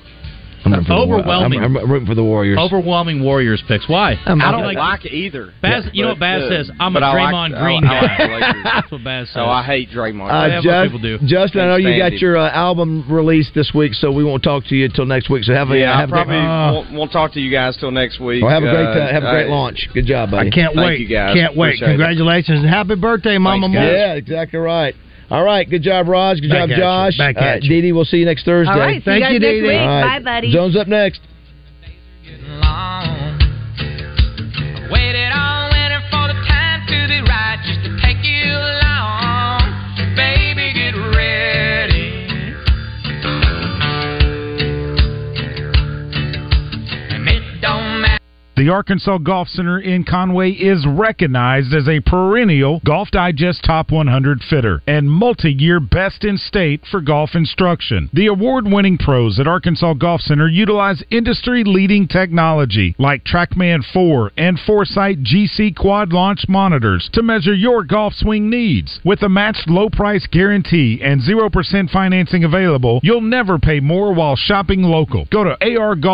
I'm rooting for the Wa- Overwhelming. I'm, I'm rooting for the Warriors. Overwhelming Warriors picks. Why? Um, I You don't like- like, either. Baz, you know what But, Baz uh, says? I'm a but I like- Draymond I like- Green I like the guy. Lakers. That's what Baz says. Oh, I hate Draymond. Uh, That's what Just, people do. Justin, I know you Can't got stand your uh, album released this week, so we won't talk to you until next week. So have a yeah, I have a great- uh, probably won't, won't talk to you guys till next week. Well, have a great Uh, uh, have a great I- launch. Good job, buddy. I Can't Thank wait. you, guys. Can't wait. Appreciate it. Congratulations and happy birthday, Mama Moore. Yeah, exactly right. All right, good job, Raj. Good job, Back at you. Josh. Back All at right, Dee Dee, we'll see you next Thursday. All right, see you Thank guys you, next Dee Dee. week. All right, Bye, buddy. Zone's up next. Waited on, waiting for the time to be right, just to take you along. Baby, get ready. And it don't matter. The Arkansas Golf Center in Conway is recognized as a perennial Golf Digest Top 100 fitter and multi year best in state for golf instruction. The award winning pros at Arkansas Golf Center utilize industry leading technology like TrackMan 4 and Foresight GC Quad Launch monitors to measure your golf swing needs. With a matched low price guarantee and 0% financing available, you'll never pay more while shopping local. Go to AR Golf.